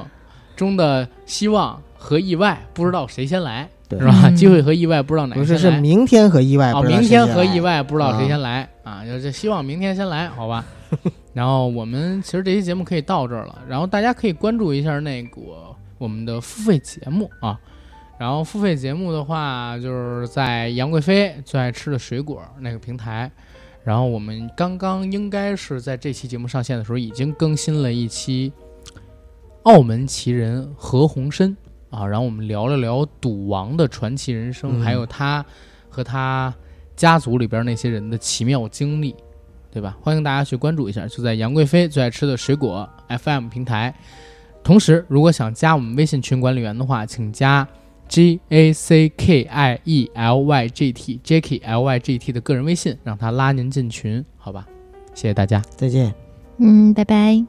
中的希望和意外，不知道谁先来，
对
是吧？
嗯
机会和意外不知道哪
不
个
是，
先
是
来。
明天和意外，
哦，
不知道
明
谁
天
先
和
来
意外不知道谁
啊
先来啊，就是希望明天先来，好吧？ 然后我们其实这期节目可以到这儿了，然后大家可以关注一下那个我们的付费节目啊，然后付费节目的话，就是在杨贵妃最爱吃的水果那个平台。然后我们刚刚应该是在这期节目上线的时候，已经更新了一期澳门奇人何鸿燊啊，然后我们聊了聊赌王的传奇人生，
嗯
还有他和他家族里边那些人的奇妙经历，对吧？欢迎大家去关注一下，就在杨贵妃最爱吃的水果 FM 平台。同时，如果想加我们微信群管理员的话，请加 G A C K I E L Y G T Jacky L Y G T 的个人微信，让他拉您进群，好吧？谢谢大家。
再见。
嗯，拜拜。